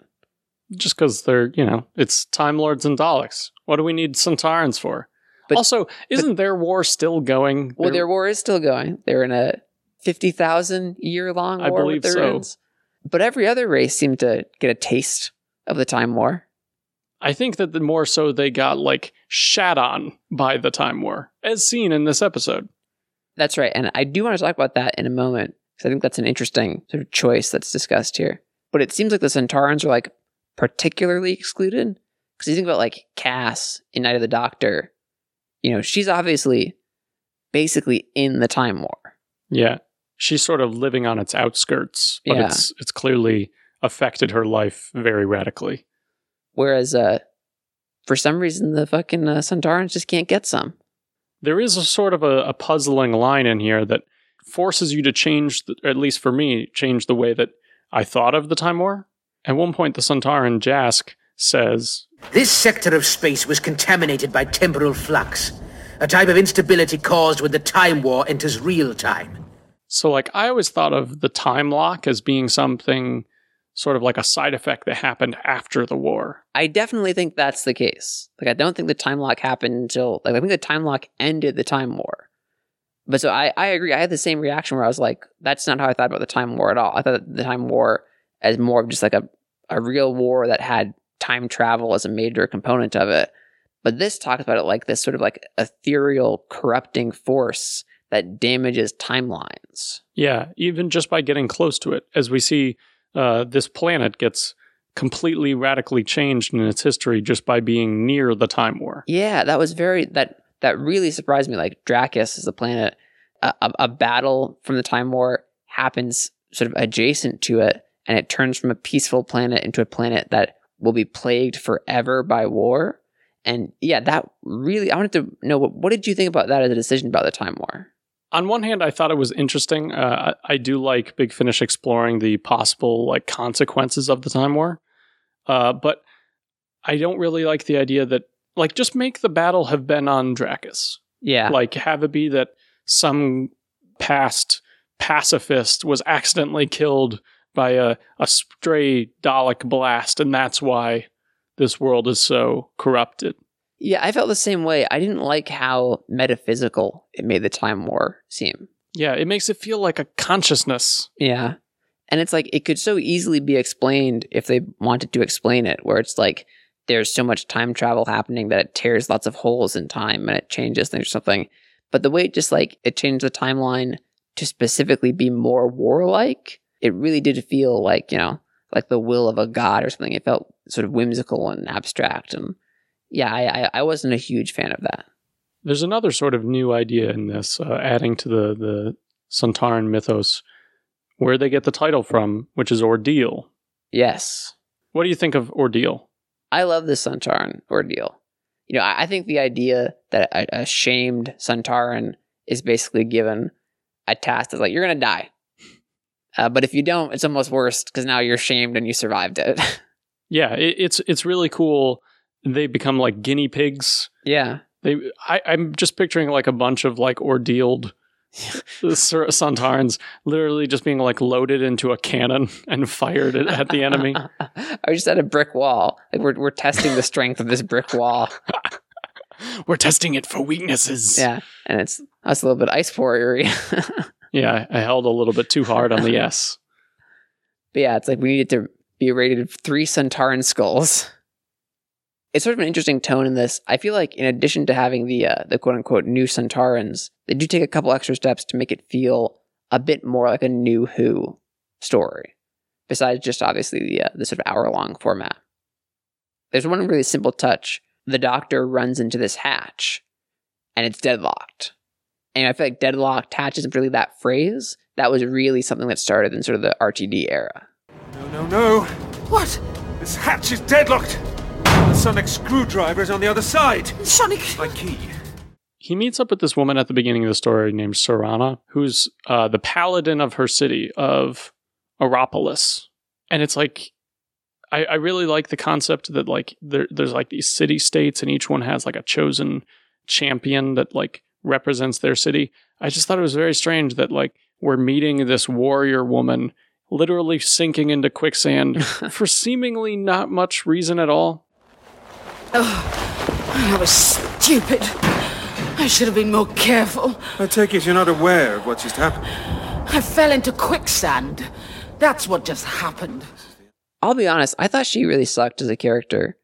Speaker 3: Just because they're, you know, it's Time Lords and Daleks. What do we need Suntarans for? also, isn't their war still going?
Speaker 1: Well,
Speaker 3: Their-
Speaker 1: their war is still going. They're in a fifty thousand year long war.
Speaker 3: I
Speaker 1: with
Speaker 3: believe
Speaker 1: the
Speaker 3: so.
Speaker 1: Runes. But every other race seemed to get a taste of the Time War.
Speaker 3: I think that the more so they got like shat on by the Time War, as seen in this episode.
Speaker 1: That's right, and I do want to talk about that in a moment because I think that's an interesting sort of choice that's discussed here. But it seems like the Centaurans are like particularly excluded because you think about like Cass in Night of the Doctor. You know, she's obviously basically in the Time War.
Speaker 3: Yeah. She's sort of living on its outskirts, but
Speaker 1: Yeah.
Speaker 3: it's it's clearly affected her life very radically.
Speaker 1: Whereas, uh, for some reason, the fucking uh, Centaurans just can't get some.
Speaker 3: There is a sort of a, a puzzling line in here that forces you to change, the, at least for me, change the way that I thought of the Time War. At one point, the Suntaran Jask says,
Speaker 15: This sector of space was contaminated by temporal flux, a type of instability caused when the time war enters real time.
Speaker 3: So, like, I always thought of the time lock as being something sort of like a side effect that happened after the war.
Speaker 1: I definitely think that's the case. Like, I don't think the time lock happened until, like, I think the time lock ended the time war. But so I, I agree. I had the same reaction where I was like, that's not how I thought about the time war at all. I thought the time war as more of just like a, a real war that had time travel as a major component of it. But this talks about it like this sort of like ethereal corrupting force that damages timelines.
Speaker 3: Yeah, even just by getting close to it, as we see, uh, this planet gets completely radically changed in its history just by being near the time war.
Speaker 1: Yeah, that was very that that really surprised me. Like Dracus is a planet. A, a, a battle from the time war happens sort of adjacent to it, and it turns from a peaceful planet into a planet that will be plagued forever by war. And yeah, that really, I wanted to know what, what did you think about that as a decision about the time war?
Speaker 3: on one hand, I thought it was interesting. Uh, I, I do like Big Finish exploring the possible like consequences of the Time War, uh, but I don't really like the idea that like just make the battle have been on Dracus.
Speaker 1: Yeah,
Speaker 3: like have it be that some past pacifist was accidentally killed by a, a stray Dalek blast, and that's why this world is so corrupted.
Speaker 1: Yeah, I felt the same way. I didn't like how metaphysical it made the time war seem.
Speaker 3: Yeah, it makes it feel like a consciousness.
Speaker 1: Yeah. And it's like it could so easily be explained if they wanted to explain it, where it's like there's so much time travel happening that it tears lots of holes in time and it changes things or something. But the way it just like it changed the timeline to specifically be more warlike, it really did feel like, you know, like the will of a god or something. It felt sort of whimsical and abstract and yeah, I, I, I, wasn't a huge fan of that.
Speaker 3: There's another sort of new idea in this, uh, adding to the the Suntaran mythos, where they get the title from, which is ordeal.
Speaker 1: Yes.
Speaker 3: What do you think of ordeal?
Speaker 1: I love the Suntaran ordeal. You know, I, I think the idea that a, a shamed Suntaran is basically given a task that's like you're gonna die, uh, but if you don't, it's almost worse because now you're shamed and you survived it. (laughs)
Speaker 3: yeah, it, it's it's really cool they become like guinea pigs.
Speaker 1: Yeah.
Speaker 3: They I, am just picturing like a bunch of like (laughs) ordealed Santarans literally just being like loaded into a cannon and fired it at the enemy.
Speaker 1: (laughs) I was just at a brick wall. Like we're we're testing the strength of this brick (laughs) wall.
Speaker 3: (laughs) we're testing it for weaknesses.
Speaker 1: Yeah. And it's that's a little bit ice warrior
Speaker 3: Yeah, I held a little bit too hard on (laughs) the S.
Speaker 1: But yeah, it's like we needed to be rated three Centauran skulls it's sort of an interesting tone in this. I feel like in addition to having the uh, the quote unquote new Centaurans, they do take a couple extra steps to make it feel a bit more like a new Who story. Besides just obviously the uh, the sort of hour long format. There's one really simple touch. The Doctor runs into this hatch, and it's deadlocked. And I feel like deadlocked hatch isn't really that phrase. That was really something that started in sort of the RTD era.
Speaker 14: No, no, no!
Speaker 12: What?
Speaker 14: This hatch is deadlocked. The sonic screwdriver is on the other side.
Speaker 12: Sonic.
Speaker 14: My key.
Speaker 3: He meets up with this woman at the beginning of the story named Serana, who's uh, the paladin of her city of Aropolis. And it's like, I, I really like the concept that like there, there's like these city states, and each one has like a chosen champion that like represents their city. I just thought it was very strange that like we're meeting this warrior woman literally sinking into quicksand for seemingly not much reason at all.
Speaker 12: Oh, I was stupid. I should have been more careful.
Speaker 14: I take it you're not aware of what just happened.
Speaker 12: I fell into quicksand. That's what just happened.
Speaker 1: I'll be honest, I thought she really sucked as a character.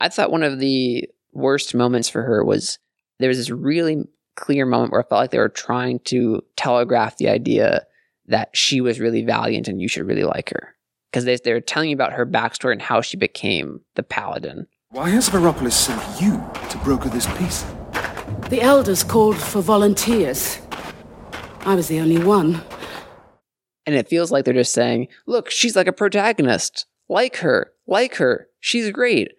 Speaker 1: I thought one of the worst moments for her was there was this really clear moment where I felt like they were trying to telegraph the idea that she was really valiant and you should really like her. Because they, they were telling you about her backstory and how she became the paladin.
Speaker 14: Why has Veropolis sent you to broker this peace?
Speaker 12: The elders called for volunteers. I was the only one.
Speaker 1: And it feels like they're just saying, look, she's like a protagonist. Like her. Like her. She's great.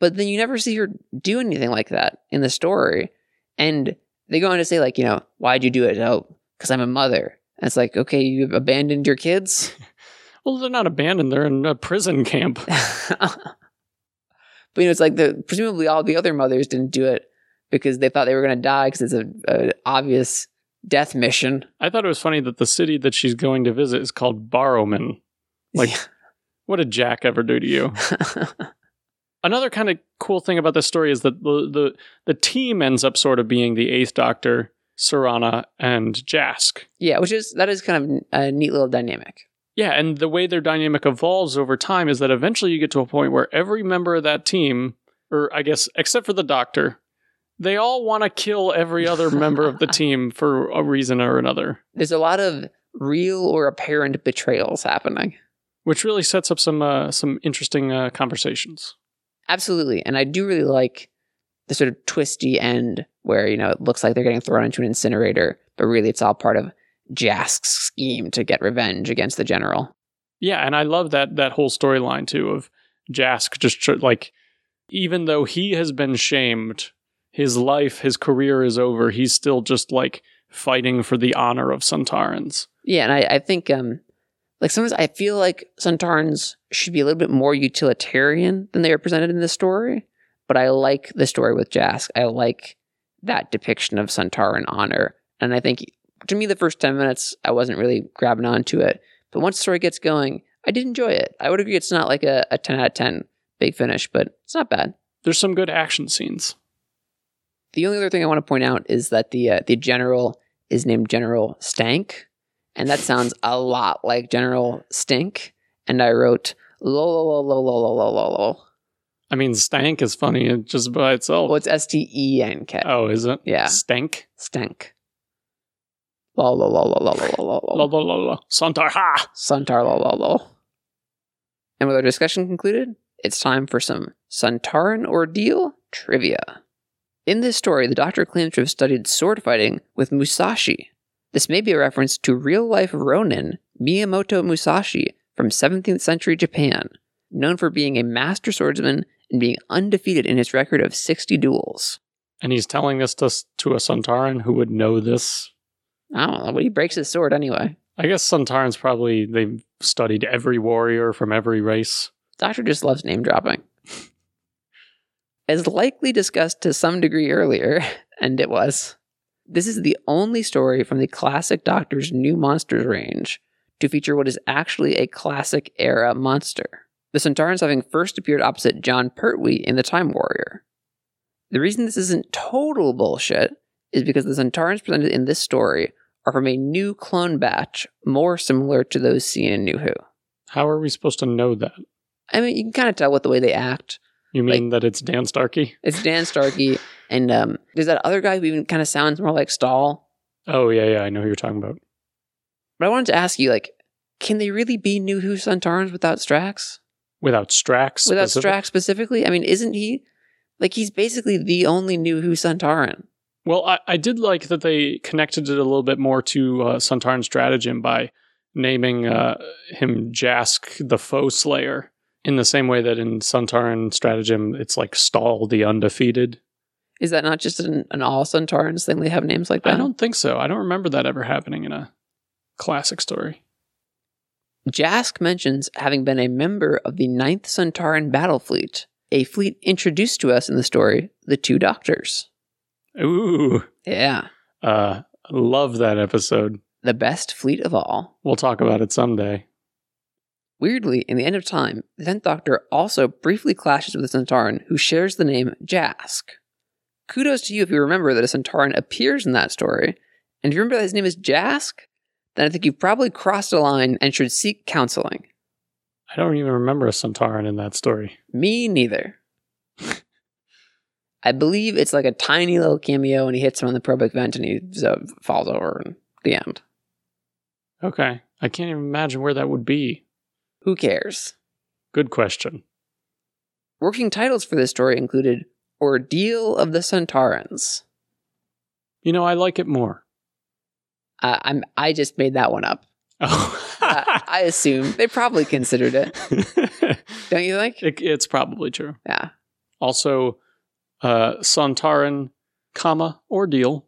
Speaker 1: But then you never see her do anything like that in the story. And they go on to say, like, you know, why'd you do it? Oh, because I'm a mother. And it's like, okay, you abandoned your kids? (laughs)
Speaker 3: Well, they're not abandoned. They're in a prison camp.
Speaker 1: But you know, it's like the presumably all the other mothers didn't do it because they thought they were going to die because it's a, a obvious death mission.
Speaker 3: I thought it was funny that the city that she's going to visit is called Borrowman. Like, what did Jack ever do to you? Another kind of cool thing about this story is that the, the the team ends up sort of being the Eighth Doctor, Serana, and Jask.
Speaker 1: Yeah, which is that is kind of a neat little dynamic.
Speaker 3: Yeah, and the way their dynamic evolves over time is that eventually you get to a point where every member of that team, or I guess except for the Doctor, they all want to kill every other member of the team for a reason or another,
Speaker 1: There's a lot of real or apparent betrayals happening.
Speaker 3: which really sets up some uh, some interesting uh, conversations.
Speaker 1: Absolutely. And I do really like the sort of twisty end where, you know, it looks like they're getting thrown into an incinerator, but really it's all part of Jask's scheme to get revenge against the general.
Speaker 3: Yeah, and I love that that whole storyline too of Jask just tr- like even though he has been shamed, his life, his career is over. He's still just like fighting for the honor of Suntarans.
Speaker 1: Yeah, and I, I think um like sometimes I feel like Suntarans should be a little bit more utilitarian than they are presented in this story. But I like the story with Jask. I like that depiction of Suntaran honor. And I think to me the first ten minutes I wasn't really grabbing onto it. But once the story gets going, I did enjoy it. I would agree it's not like a, a ten out of ten big finish, but it's not bad.
Speaker 3: There's some good action scenes.
Speaker 1: The only other thing I want to point out is that the uh, the general is named General Stank, and that sounds a lot like General Stink. And I wrote lol lol lol lol lol lol lol.
Speaker 3: I mean, stank is funny just by itself. Well,
Speaker 1: it's S T E N K.
Speaker 3: Oh, is it?
Speaker 1: Yeah.
Speaker 3: Stank.
Speaker 1: Stank. Lol lol lol lol lol lol lol
Speaker 3: La
Speaker 1: lol.
Speaker 3: la la la. Santar ha.
Speaker 1: Suntar lol lol lol. And with our discussion concluded, it's time for some Suntaran ordeal trivia. In this story, the Doctor claims to have studied sword fighting with Musashi. This may be a reference to real life Ronin Miyamoto Musashi from 17th century Japan, known for being a master swordsman and being undefeated in his record of 60 duels.
Speaker 3: And he's telling this to, to a Suntaran who would know this.
Speaker 1: I don't know, but he breaks his sword anyway.
Speaker 3: I guess Suntarans probably they've studied every warrior from every race.
Speaker 1: Doctor just loves name dropping. As likely discussed to some degree earlier, (laughs) and it was, this is the only story from the classic Doctor's New Monsters range to feature what is actually a classic era monster. The Centaurans having first appeared opposite John Pertwee in The Time Warrior. The reason this isn't total bullshit is because the Centaurans presented in this story are from a new clone batch more similar to those seen in New Who.
Speaker 3: How are we supposed to know that?
Speaker 1: I mean, you can kind of tell with the way they act.
Speaker 3: You mean that it's Dan Starkey?
Speaker 1: It's Dan Starkey, and um, there's that other guy who even kind of sounds more like Stahl.
Speaker 3: Oh yeah, yeah, I know who you're talking about.
Speaker 1: But I wanted to ask you, like, can they really be New Who Suntarans without Strax?
Speaker 3: Without Strax.
Speaker 1: Without
Speaker 3: specific-
Speaker 1: Strax specifically? I mean, isn't he like he's basically the only New Who Suntaran?
Speaker 3: Well, I, I did like that they connected it a little bit more to uh, Suntaran stratagem by naming uh, him Jask the Foe Slayer in the same way that in Suntaran stratagem it's like Stall the Undefeated.
Speaker 1: Is that not just an, an all Suntarans thing? They have names like that.
Speaker 3: I don't think so. I don't remember that ever happening in a classic story.
Speaker 1: Jask mentions having been a member of the Ninth Suntaran Battle Fleet, a fleet introduced to us in the story, the Two Doctors.
Speaker 3: Ooh,
Speaker 1: Yeah,
Speaker 3: uh, love that episode.
Speaker 1: the best fleet of all.
Speaker 3: We'll talk about it someday.
Speaker 1: Weirdly, in the end of time, the Tenth Doctor also briefly clashes with a Centauran who shares the name Jask. Kudos to you if you remember that a Centauran appears in that story, and if you remember that his name is Jask, then I think you've probably crossed a line and should seek counseling.
Speaker 3: I don't even remember a Suntaran in that story.
Speaker 1: Me neither. (laughs) I believe it's like a tiny little cameo, and he hits him on the probic vent, and he uh, falls over. And the end.
Speaker 3: Okay, I can't even imagine where that would be.
Speaker 1: Who cares?
Speaker 3: Good question.
Speaker 1: Working titles for this story included "Ordeal of the Centaurans."
Speaker 3: You know, I like it more. (laughs)
Speaker 1: Uh, I'm I just made that one up.
Speaker 3: Oh, (laughs)
Speaker 1: Uh, I assume they probably considered it, don't you think?
Speaker 3: It, it's probably true.
Speaker 1: Yeah,
Speaker 3: Also, uh, Santarin, comma, ordeal,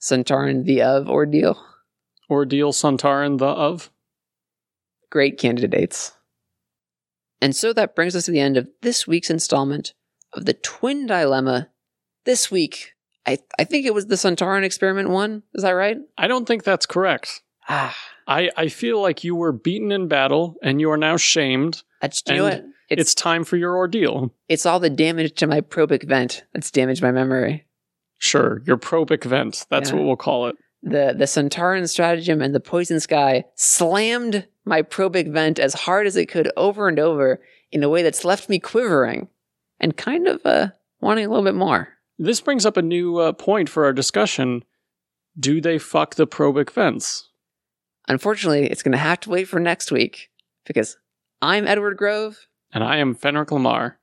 Speaker 1: Centauran the of ordeal.
Speaker 3: Ordeal Santarin the of?
Speaker 1: Great candidates. And so that brings us to the end of this week's installment of the Twin Dilemma. This week, I, I think it was the Santarin experiment one. Is that right?
Speaker 3: I don't think that's correct.
Speaker 1: Ah,
Speaker 3: I, I feel like you were beaten in battle and you are now shamed.
Speaker 1: That's, you know
Speaker 3: and
Speaker 1: what?
Speaker 3: It's, time for your ordeal.
Speaker 1: It's all the damage to my probic vent that's damaged my memory.
Speaker 3: Sure, your probic vent. That's
Speaker 1: Yeah.
Speaker 3: what we'll call it.
Speaker 1: The the Centauran stratagem and the poison sky slammed my probic vent as hard as it could over and over in a way that's left me quivering and kind of uh, wanting a little bit more.
Speaker 3: This brings up a new uh, point for our discussion. Do they fuck the probic vents?
Speaker 1: Unfortunately, it's going to have to wait for next week because I'm Edward Grove.
Speaker 3: And I am Fenric Lamar.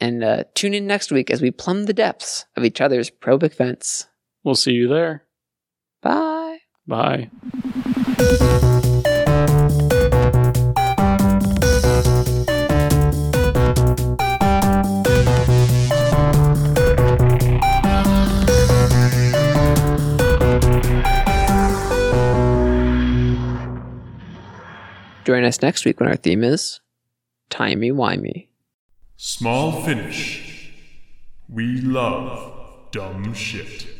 Speaker 1: And uh, tune in next week as we plumb the depths of each other's probic vents.
Speaker 3: We'll see you there.
Speaker 1: Bye.
Speaker 3: Bye.
Speaker 1: Join us next week when our theme is Timey Wimey.
Speaker 16: Small finish. We love dumb shit.